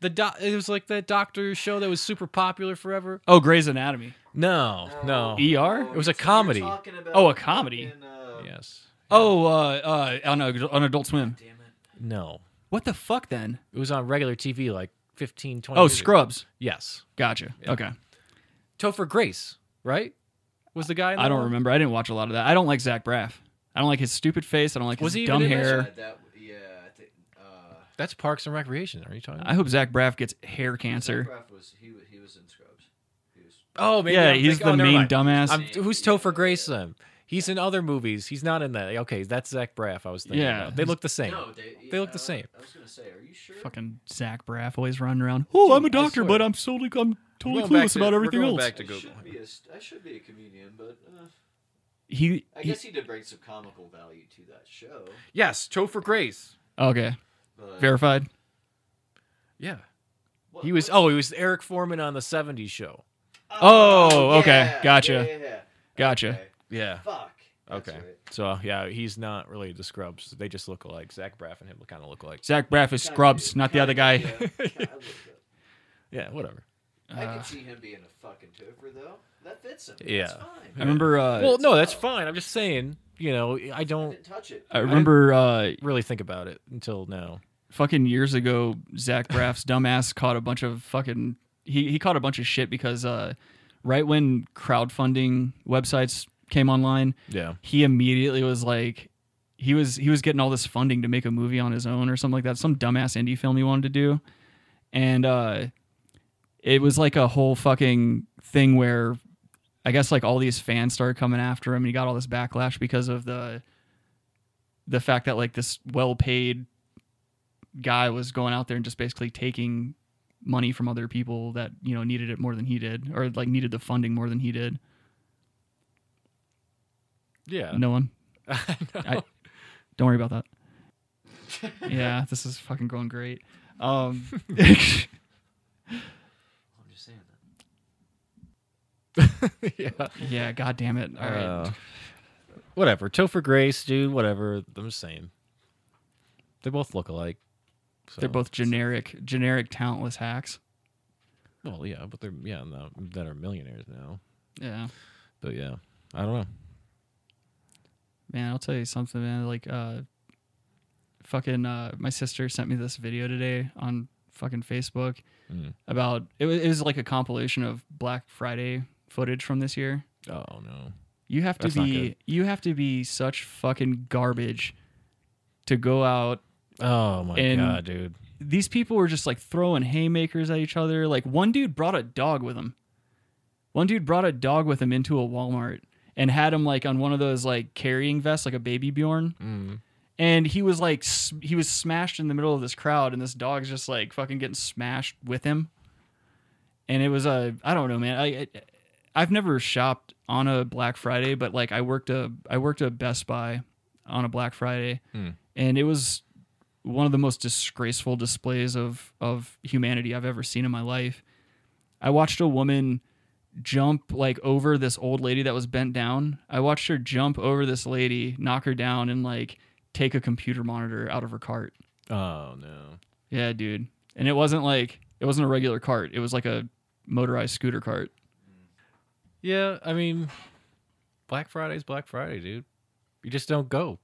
[SPEAKER 2] The doc. It was like that doctor show that was super popular forever.
[SPEAKER 1] Oh, Grey's Anatomy.
[SPEAKER 2] No, Oh, no.
[SPEAKER 3] No.
[SPEAKER 1] ER?
[SPEAKER 3] Oh,
[SPEAKER 2] E It was a
[SPEAKER 3] you're
[SPEAKER 2] comedy.
[SPEAKER 3] talking about
[SPEAKER 1] Oh, a comedy.
[SPEAKER 3] fucking, uh,
[SPEAKER 2] Yes.
[SPEAKER 1] Oh, uh, uh, on, a, on Adult Swim.
[SPEAKER 3] Damn it.
[SPEAKER 2] No.
[SPEAKER 1] What the fuck then?
[SPEAKER 2] It was on regular TV like 15, 20
[SPEAKER 1] Oh,
[SPEAKER 2] years ago.
[SPEAKER 1] Scrubs.
[SPEAKER 2] Yes.
[SPEAKER 1] Gotcha. Okay.
[SPEAKER 2] Topher Grace, right? Was the guy? in
[SPEAKER 1] I
[SPEAKER 2] that
[SPEAKER 1] don't
[SPEAKER 2] one?
[SPEAKER 1] remember. I didn't watch a lot of that. I don't like Zach Braff. I don't like his stupid face. I don't like
[SPEAKER 2] Was he
[SPEAKER 1] his
[SPEAKER 2] even
[SPEAKER 1] dumb
[SPEAKER 2] in that
[SPEAKER 1] hair.
[SPEAKER 3] Yeah, Uh, that, yeah, I think. Uh,
[SPEAKER 2] That's Parks and Recreation. Are you talking?
[SPEAKER 1] I hope Zach Braff gets hair cancer.
[SPEAKER 3] Zach Braff was he, wa- he was in Scrubs. He was,
[SPEAKER 2] oh, maybe
[SPEAKER 1] Yeah,
[SPEAKER 2] I'm
[SPEAKER 1] he's
[SPEAKER 2] thinking- oh,
[SPEAKER 1] the
[SPEAKER 2] never
[SPEAKER 1] main
[SPEAKER 2] mind.
[SPEAKER 1] dumbass.
[SPEAKER 2] I'm,
[SPEAKER 3] Same.
[SPEAKER 2] who's Topher Grace then? He's in other movies. He's not in that. Okay, that's Zach Braff. I was thinking.
[SPEAKER 1] Yeah.
[SPEAKER 2] about. they look the same.
[SPEAKER 3] No, they,
[SPEAKER 2] They look the
[SPEAKER 3] uh,
[SPEAKER 2] same.
[SPEAKER 3] I was gonna say, are you sure?
[SPEAKER 1] Fucking Zach Braff always running around. Oh, I'm a
[SPEAKER 2] Dude, I
[SPEAKER 1] doctor,
[SPEAKER 2] swear.
[SPEAKER 1] but I'm totally, I'm totally
[SPEAKER 2] We're going back
[SPEAKER 1] clueless
[SPEAKER 2] to-
[SPEAKER 1] about
[SPEAKER 2] we're
[SPEAKER 1] everything
[SPEAKER 2] going
[SPEAKER 1] else.
[SPEAKER 2] back
[SPEAKER 3] I
[SPEAKER 2] to Google.
[SPEAKER 3] should, be a, st- I should be a comedian, but uh,
[SPEAKER 1] He,
[SPEAKER 3] I
[SPEAKER 1] he
[SPEAKER 3] guess he did bring some comical value to that show.
[SPEAKER 2] Yes, Topher Grace.
[SPEAKER 1] okay,
[SPEAKER 3] But
[SPEAKER 1] verified.
[SPEAKER 2] Yeah,
[SPEAKER 3] what-
[SPEAKER 2] he was.
[SPEAKER 3] what-
[SPEAKER 2] Oh, he was Eric Foreman on the '70s show.
[SPEAKER 1] Oh, okay,
[SPEAKER 3] yeah,
[SPEAKER 1] gotcha.
[SPEAKER 3] yeah, yeah, yeah.
[SPEAKER 1] Gotcha.
[SPEAKER 3] Okay,
[SPEAKER 2] Yeah.
[SPEAKER 3] Fuck. That's
[SPEAKER 2] Okay.
[SPEAKER 3] right.
[SPEAKER 2] So yeah, he's not really the Scrubs. They just look alike. Zach Braff and him kind of look alike.
[SPEAKER 1] Zach Braff is Scrubs, not the other guy.
[SPEAKER 3] Yeah, I looked up.
[SPEAKER 2] Yeah, whatever.
[SPEAKER 3] I
[SPEAKER 1] Uh,
[SPEAKER 3] can see him being a fucking topher though. That fits him.
[SPEAKER 2] Yeah.
[SPEAKER 3] That's fine.
[SPEAKER 1] I remember. Uh,
[SPEAKER 2] Well, no, that's fine. I'm just saying, you know, I don't
[SPEAKER 3] didn't touch it.
[SPEAKER 1] I remember uh,
[SPEAKER 2] really think about it until now.
[SPEAKER 1] fucking years ago, Zach Braff's dumbass caught a bunch of fucking he, he caught a bunch of shit because uh, right when crowdfunding websites came online,
[SPEAKER 2] Yeah.
[SPEAKER 1] he immediately was like he was he was getting all this funding to make a movie on his own or something like that, some dumbass indie film he wanted to do. And uh it was like a whole fucking thing where I guess like all these fans started coming after him and he got all this backlash because of the the fact that like this well-paid guy was going out there and just basically taking money from other people that, you know, needed it more than he did or like needed the funding more than he did.
[SPEAKER 2] Yeah.
[SPEAKER 1] No one
[SPEAKER 2] Uh, I know.
[SPEAKER 1] I- Don't worry about that. yeah, this is fucking going great. Um,
[SPEAKER 3] I'm just saying that.
[SPEAKER 2] yeah.
[SPEAKER 1] yeah, god damn it. All right.
[SPEAKER 2] Uh, whatever. Topher Grace, dude, whatever. I'm just saying. They both look alike. so-
[SPEAKER 1] They're both generic, generic talentless hacks.
[SPEAKER 2] Well, yeah, but they're, yeah, no, that are millionaires now.
[SPEAKER 1] Yeah.
[SPEAKER 2] But yeah, I don't know.
[SPEAKER 1] Man, I'll tell you something, man. Like uh fucking uh my sister sent me this video today on fucking Facebook
[SPEAKER 2] Mm.
[SPEAKER 1] about it was, it was like a compilation of Black Friday footage from this year.
[SPEAKER 2] Oh, no.
[SPEAKER 1] You have to
[SPEAKER 2] That's not
[SPEAKER 1] be
[SPEAKER 2] good.
[SPEAKER 1] you have to be such fucking garbage to go out
[SPEAKER 2] Oh, my
[SPEAKER 1] And-
[SPEAKER 2] God, dude.
[SPEAKER 1] these people were just like throwing haymakers at each other. Like one dude brought a dog with him. One dude brought a dog with him into a Walmart and had him like on one of those like carrying vests, like a baby Bjorn.
[SPEAKER 2] Mm.
[SPEAKER 1] And he was like s- he was smashed in the middle of this crowd, and this dog's just like fucking getting smashed with him. And it was a I don't know, man. I, I I've never shopped on a Black Friday, but like I worked a I worked a Best Buy on a Black Friday,
[SPEAKER 2] Hmm.
[SPEAKER 1] and it was one of the most disgraceful displays of of humanity I've ever seen in my life. I watched a woman jump like over this old lady that was bent down. I watched her jump over this lady, knock her down, and like take a computer monitor out of her cart.
[SPEAKER 2] Oh, no.
[SPEAKER 1] Yeah, dude. And it wasn't like it wasn't a regular cart. It was like a motorized scooter cart.
[SPEAKER 2] Yeah, I mean, Black Friday's Black Friday, dude. You just don't go.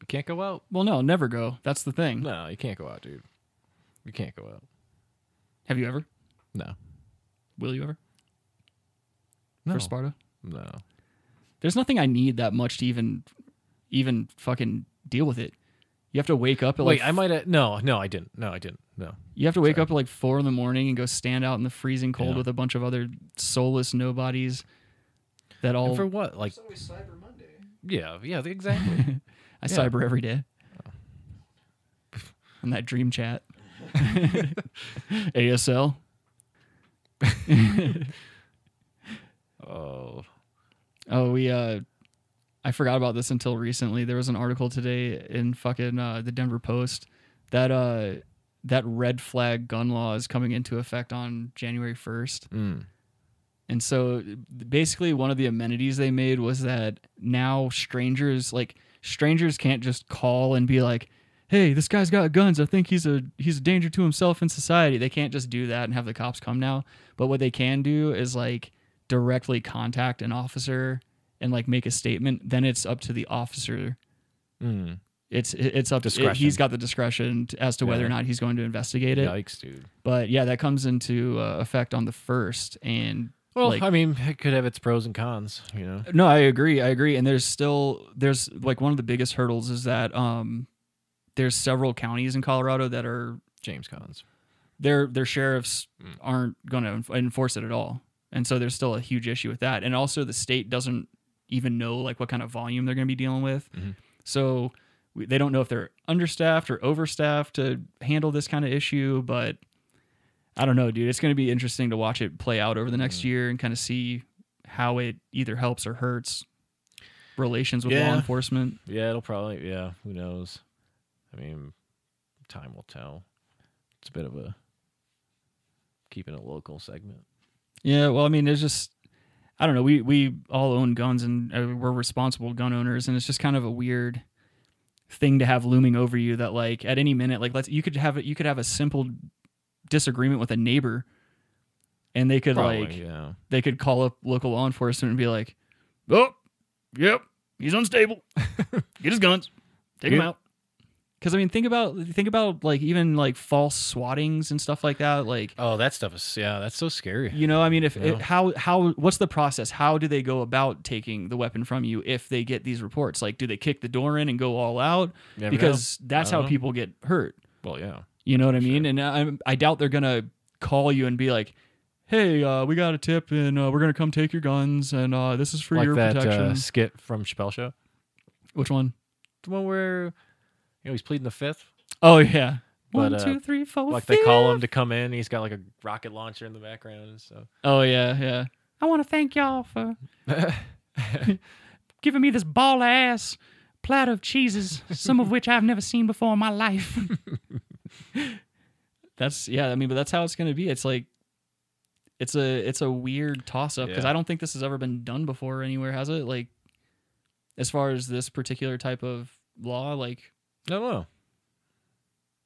[SPEAKER 2] You can't go out.
[SPEAKER 1] Well, no, never go. That's the thing.
[SPEAKER 2] No, you can't go out, dude. You can't go out.
[SPEAKER 1] Have you ever?
[SPEAKER 2] No.
[SPEAKER 1] Will you ever?
[SPEAKER 2] No.
[SPEAKER 1] For Sparta?
[SPEAKER 2] no.
[SPEAKER 1] There's nothing I need that much to even even fucking deal with it. You have to wake up at
[SPEAKER 2] Wait,
[SPEAKER 1] like
[SPEAKER 2] I might have. No, no, I didn't. No, I didn't. No.
[SPEAKER 1] you have to wake
[SPEAKER 2] sorry.
[SPEAKER 1] up at like four in the morning and go stand out in the freezing cold
[SPEAKER 2] Yeah.
[SPEAKER 1] with a bunch of other soulless nobodies that all
[SPEAKER 2] And for what? Like,
[SPEAKER 3] It's always Cyber Monday.
[SPEAKER 2] yeah, yeah, exactly.
[SPEAKER 1] I
[SPEAKER 2] yeah.
[SPEAKER 1] cyber every day. On that dream chat. ASL.
[SPEAKER 2] oh,
[SPEAKER 1] Oh, we uh I forgot about this until recently. There was an article today in fucking uh, the Denver Post that uh that red flag gun law is coming into effect on January 1st.
[SPEAKER 2] mm.
[SPEAKER 1] And so basically one of the amenities they made was that now strangers like strangers can't just call and be like, "Hey, this guy's got guns. I think he's a he's a danger to himself and society." They can't just do that and have the cops come now. But what they can do is like directly contact an officer and like make a statement. Then it's up to the officer.
[SPEAKER 2] Mm.
[SPEAKER 1] It's it's up to
[SPEAKER 2] Discretion.
[SPEAKER 1] he's got the discretion to, as to whether
[SPEAKER 2] Yeah.
[SPEAKER 1] or not he's going to investigate it.
[SPEAKER 2] yikes, dude.
[SPEAKER 1] But yeah, that comes into uh, effect on the 1st and
[SPEAKER 2] Well,
[SPEAKER 1] Like-
[SPEAKER 2] I mean, it could have its pros and cons, you know.
[SPEAKER 1] No, I agree. I agree. And there's still there's like one of the biggest hurdles is that um there's several counties in Colorado that are
[SPEAKER 2] James cons.
[SPEAKER 1] their their sheriffs
[SPEAKER 2] Mm.
[SPEAKER 1] aren't going to enforce it at all. And so there's still a huge issue with that. And also the state doesn't even know like what kind of volume they're going to be dealing with.
[SPEAKER 2] Mhm.
[SPEAKER 1] So we, they don't know if they're understaffed or overstaffed to handle this kind of issue, but I don't know, dude. It's going to be interesting to watch it play out over the
[SPEAKER 2] Mm.
[SPEAKER 1] next year and kind of see how it either helps or hurts relations with law
[SPEAKER 2] Yeah.
[SPEAKER 1] enforcement.
[SPEAKER 2] Yeah, it'll probably. Yeah, who knows? I mean, time will tell. It's a bit of a keeping it local segment.
[SPEAKER 1] Yeah, well, I mean, it's just I don't know. We we all own guns and uh, we're responsible gun owners, and it's just kind of a weird thing to have looming over you that like at any minute, like let's you could have you could have a simple disagreement with a neighbor, and they could
[SPEAKER 2] Probably,
[SPEAKER 1] like
[SPEAKER 2] yeah.
[SPEAKER 1] they could call up local law enforcement and be like, Oh, yep, he's unstable. Get his guns. Take him
[SPEAKER 2] Yeah.
[SPEAKER 1] out. Because I mean, think about think about like even like false swattings and stuff like that. Like
[SPEAKER 2] Oh, that stuff is yeah, that's so scary.
[SPEAKER 1] you know, I mean, if
[SPEAKER 2] Yeah.
[SPEAKER 1] it, how how what's the process? How do they go about taking the weapon from you if they get these reports? Like, do they kick the door in and go all out?
[SPEAKER 2] Never know.
[SPEAKER 1] Because that's
[SPEAKER 2] I don't
[SPEAKER 1] how
[SPEAKER 2] know.
[SPEAKER 1] people get hurt.
[SPEAKER 2] well, yeah,
[SPEAKER 1] You know what I
[SPEAKER 2] Sure.
[SPEAKER 1] mean? And I, I doubt they're gonna call you and be like, "Hey, uh, we got a tip, and uh, we're gonna come take your guns, and uh, this is for
[SPEAKER 2] like
[SPEAKER 1] your
[SPEAKER 2] that
[SPEAKER 1] protection."
[SPEAKER 2] uh, skit from Chappelle Show,
[SPEAKER 1] Which one?
[SPEAKER 2] the one where you know he's pleading the fifth.
[SPEAKER 1] Oh yeah,
[SPEAKER 2] But,
[SPEAKER 1] one,
[SPEAKER 2] uh,
[SPEAKER 1] two, three, four.
[SPEAKER 2] like they call
[SPEAKER 1] fifth.
[SPEAKER 2] him to come in, and he's got like a rocket launcher in the background and stuff.
[SPEAKER 1] Oh yeah, yeah. I want to thank y'all for giving me this ball ass platter of cheeses, some of which I've never seen before in my life. that's yeah, I mean, but that's how it's gonna be. It's like it's a it's a weird toss up because
[SPEAKER 2] Yeah.
[SPEAKER 1] I don't think this has ever been done before anywhere, has it? Like as far as this particular type of law, like
[SPEAKER 2] I don't know.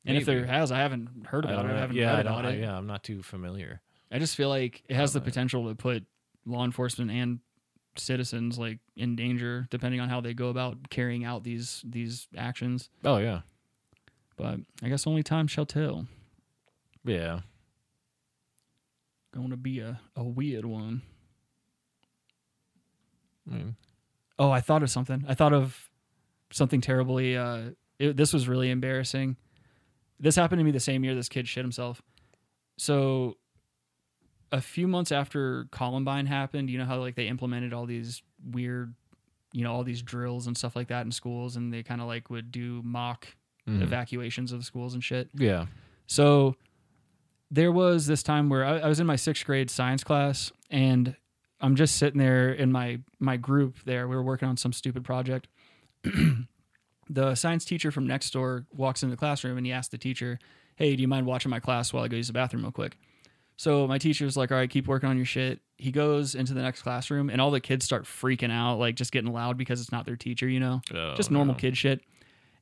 [SPEAKER 1] and if there
[SPEAKER 2] Maybe.
[SPEAKER 1] has, I haven't heard
[SPEAKER 2] I
[SPEAKER 1] about
[SPEAKER 2] don't
[SPEAKER 1] it. I
[SPEAKER 2] know.
[SPEAKER 1] haven't
[SPEAKER 2] yeah, I
[SPEAKER 1] read
[SPEAKER 2] don't-
[SPEAKER 1] about
[SPEAKER 2] I-
[SPEAKER 1] it.
[SPEAKER 2] yeah, I'm not too familiar.
[SPEAKER 1] I just feel like it has the
[SPEAKER 2] Right.
[SPEAKER 1] potential to put law enforcement and citizens like in danger, depending on how they go about carrying out these these actions.
[SPEAKER 2] Oh yeah,
[SPEAKER 1] But I guess only time shall tell.
[SPEAKER 2] yeah.
[SPEAKER 1] Going to be a, a weird one.
[SPEAKER 2] I mean,
[SPEAKER 1] Oh, I thought of something. I thought of something terribly. Uh, it, this was really embarrassing. This happened to me the same year this kid shit himself. So, a few months after Columbine happened, you know how like they implemented all these weird, you know, all these drills and stuff like that in schools, and they kind of like would do mock
[SPEAKER 2] mhm.
[SPEAKER 1] evacuations of the schools and shit.
[SPEAKER 2] yeah.
[SPEAKER 1] So there was this time where I, I was in my sixth grade science class, and I'm just sitting there in my my group. There, we were working on some stupid project. the science teacher from next door walks into the classroom, and he asks the teacher, "Hey, do you mind watching my class while I go use the bathroom real quick?" So my teacher's like, "All right, keep working on your shit." He goes into the next classroom, and all the kids start freaking out, like just getting loud because it's not their teacher, you know
[SPEAKER 2] Oh,
[SPEAKER 1] just normal
[SPEAKER 2] no.
[SPEAKER 1] kid shit.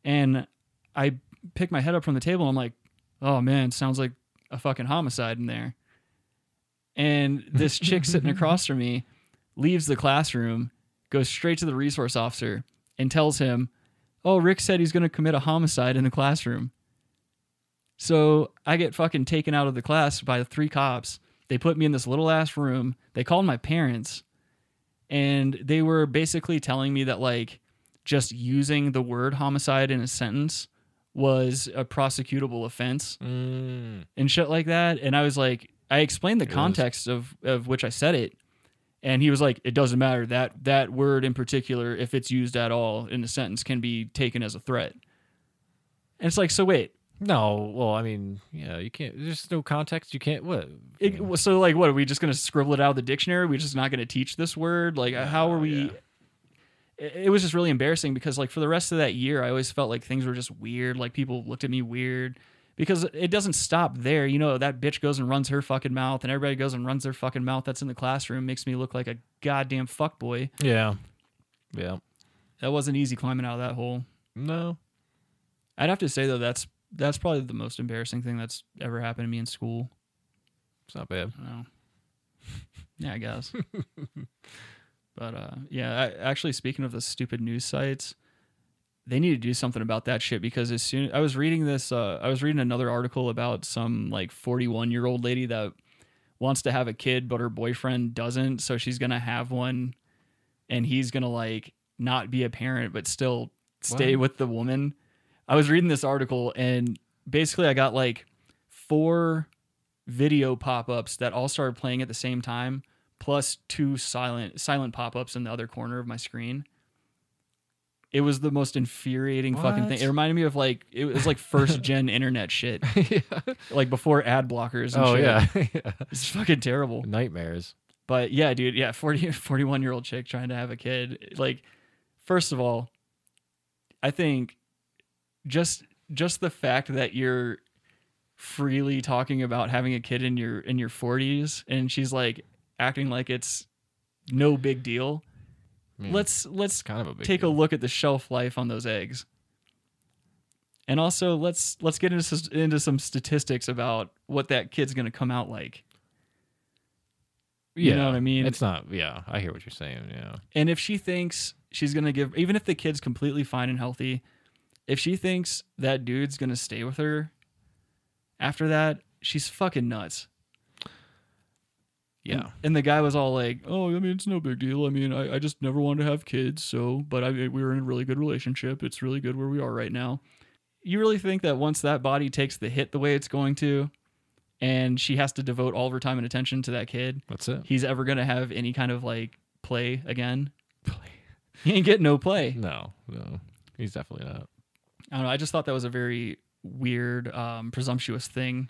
[SPEAKER 1] And I pick my head up from the table. I'm like, oh man, sounds like a fucking homicide in there. And this chick sitting across from me leaves the classroom, goes straight to the resource officer, and tells him, oh, Rick said he's going to commit a homicide in the classroom. So I get fucking taken out of the class by the three cops. They put me in this little ass room. They called my parents and they were basically telling me that, like, just using the word homicide in a sentence was a prosecutable offense
[SPEAKER 2] Mm,
[SPEAKER 1] and shit like that. And I was like, I explained the
[SPEAKER 2] It is.
[SPEAKER 1] context of, of which I said it. And he was like, it doesn't matter. That that word in particular, if it's used at all in a sentence, can be taken as a threat. And it's like, so wait,
[SPEAKER 2] no, well, I mean, yeah, you can't. There's no context. You can't. What?
[SPEAKER 1] It,
[SPEAKER 2] Yeah.
[SPEAKER 1] So, like, what are we just gonna scribble it out of the dictionary? we just not gonna teach this word? Like, how are
[SPEAKER 2] Oh,
[SPEAKER 1] we?
[SPEAKER 2] yeah.
[SPEAKER 1] It, it was just really embarrassing because, like, for the rest of that year, I always felt like things were just weird. Like, people looked at me weird because it doesn't stop there. You know, that bitch goes and runs her fucking mouth, and everybody goes and runs their fucking mouth. That's in the classroom. Makes me look like a goddamn fuckboy.
[SPEAKER 2] Yeah. Yeah.
[SPEAKER 1] That wasn't easy climbing out of that hole.
[SPEAKER 2] No.
[SPEAKER 1] I'd have to say though, that's that's probably the most embarrassing thing that's ever happened to me in school.
[SPEAKER 2] It's not bad.
[SPEAKER 1] I don't know. Yeah, I guess. but uh, yeah, I, actually, speaking of the stupid news sites, they need to do something about that shit because as soon I was reading this, uh, I was reading another article about some like forty-one year old lady that wants to have a kid, but her boyfriend doesn't, so she's gonna have one, and he's gonna like not be a parent, but still stay with the woman. I was reading this article, and basically, I got like four video pop-ups that all started playing at the same time plus two silent silent pop-ups in the other corner of my screen it was the most infuriating fucking thing
[SPEAKER 2] What?
[SPEAKER 1] it reminded me of like it was like first gen internet shit
[SPEAKER 2] yeah.
[SPEAKER 1] like before ad blockers and
[SPEAKER 2] Oh
[SPEAKER 1] shit.
[SPEAKER 2] yeah. yeah.
[SPEAKER 1] it's fucking terrible
[SPEAKER 2] Nightmares.
[SPEAKER 1] but yeah dude yeah 40 41 year old chick trying to have a kid like first of all i think just just the fact that you're freely talking about having a kid in your in your 40s and she's like acting like it's no big deal
[SPEAKER 2] I mean,
[SPEAKER 1] let's let's
[SPEAKER 2] it's kind of a big
[SPEAKER 1] take a
[SPEAKER 2] deal.
[SPEAKER 1] look at the shelf life on those eggs and also let's let's get into s- into some statistics about what that kid's going to come out like You know what I mean?
[SPEAKER 2] It's not. Yeah, I hear what you're saying. Yeah.
[SPEAKER 1] And if she thinks she's gonna give, even if the kid's completely fine and healthy, if she thinks that dude's gonna stay with her after that, she's fucking nuts. And-
[SPEAKER 2] Yeah.
[SPEAKER 1] And, the guy was all like, "Oh, I mean, it's no big deal. I mean, I, I just never wanted to have kids, so but I we were in a really good relationship. It's really good where we are right now." You really think that once that body takes the hit the way it's going to, and she has to devote all of her time and attention to that kid,
[SPEAKER 2] That's it.
[SPEAKER 1] he's ever gonna have any kind of like play Mm-hmm. again. He ain't getting no play.
[SPEAKER 2] No, no. He's definitely not.
[SPEAKER 1] I don't know. I just thought that was a very weird, um, presumptuous thing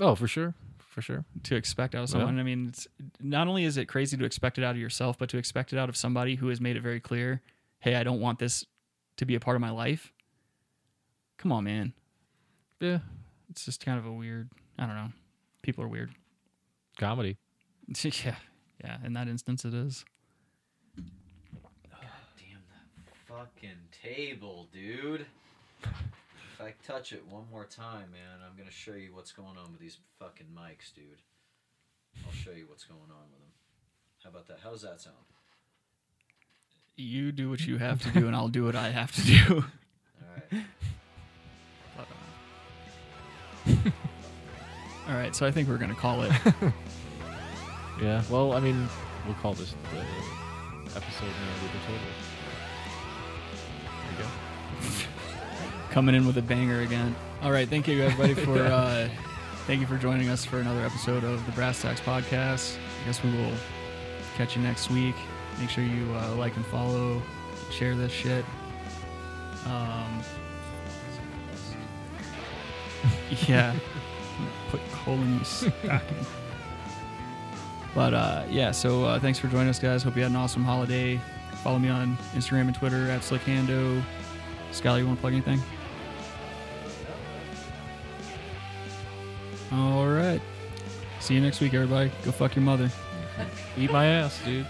[SPEAKER 2] Oh, for sure. For sure.
[SPEAKER 1] to expect out of
[SPEAKER 2] Yeah.
[SPEAKER 1] someone. I mean, it's, not only is it crazy to expect it out of yourself, but to expect it out of somebody who has made it very clear, hey, I don't want this to be a part of my life. Come on, man.
[SPEAKER 2] Yeah.
[SPEAKER 1] It's just kind of a weird. I don't know. People are weird.
[SPEAKER 2] Comedy.
[SPEAKER 1] yeah, yeah. In that instance, it is.
[SPEAKER 3] Damn that fucking table, dude. If I touch it one more time, man, I'm gonna show you what's going on with these fucking mics, dude. I'll show you what's going on with them. How about that? How does that sound?
[SPEAKER 1] You do what you have to do, and I'll do what I have to do.
[SPEAKER 3] All right.
[SPEAKER 1] All right, so I think we're gonna call it.
[SPEAKER 2] Yeah. Well, I mean, we'll call this the episode Man with the Table. There you go.
[SPEAKER 1] coming in with a banger again. All right, thank you everybody for uh, thank you for joining us for another episode of the Brass Tacks Podcast. I guess we will catch you next week. Make sure you uh, like and follow, share this shit. Um, yeah, put coal in your stocking. But uh, yeah, so uh, thanks for joining us, guys. Hope you had an awesome holiday. Follow me on Instagram and Twitter at SlickHando. Skylar, you want to plug anything? All right. See you next week, everybody. Go fuck your mother.
[SPEAKER 2] Eat my ass, dude.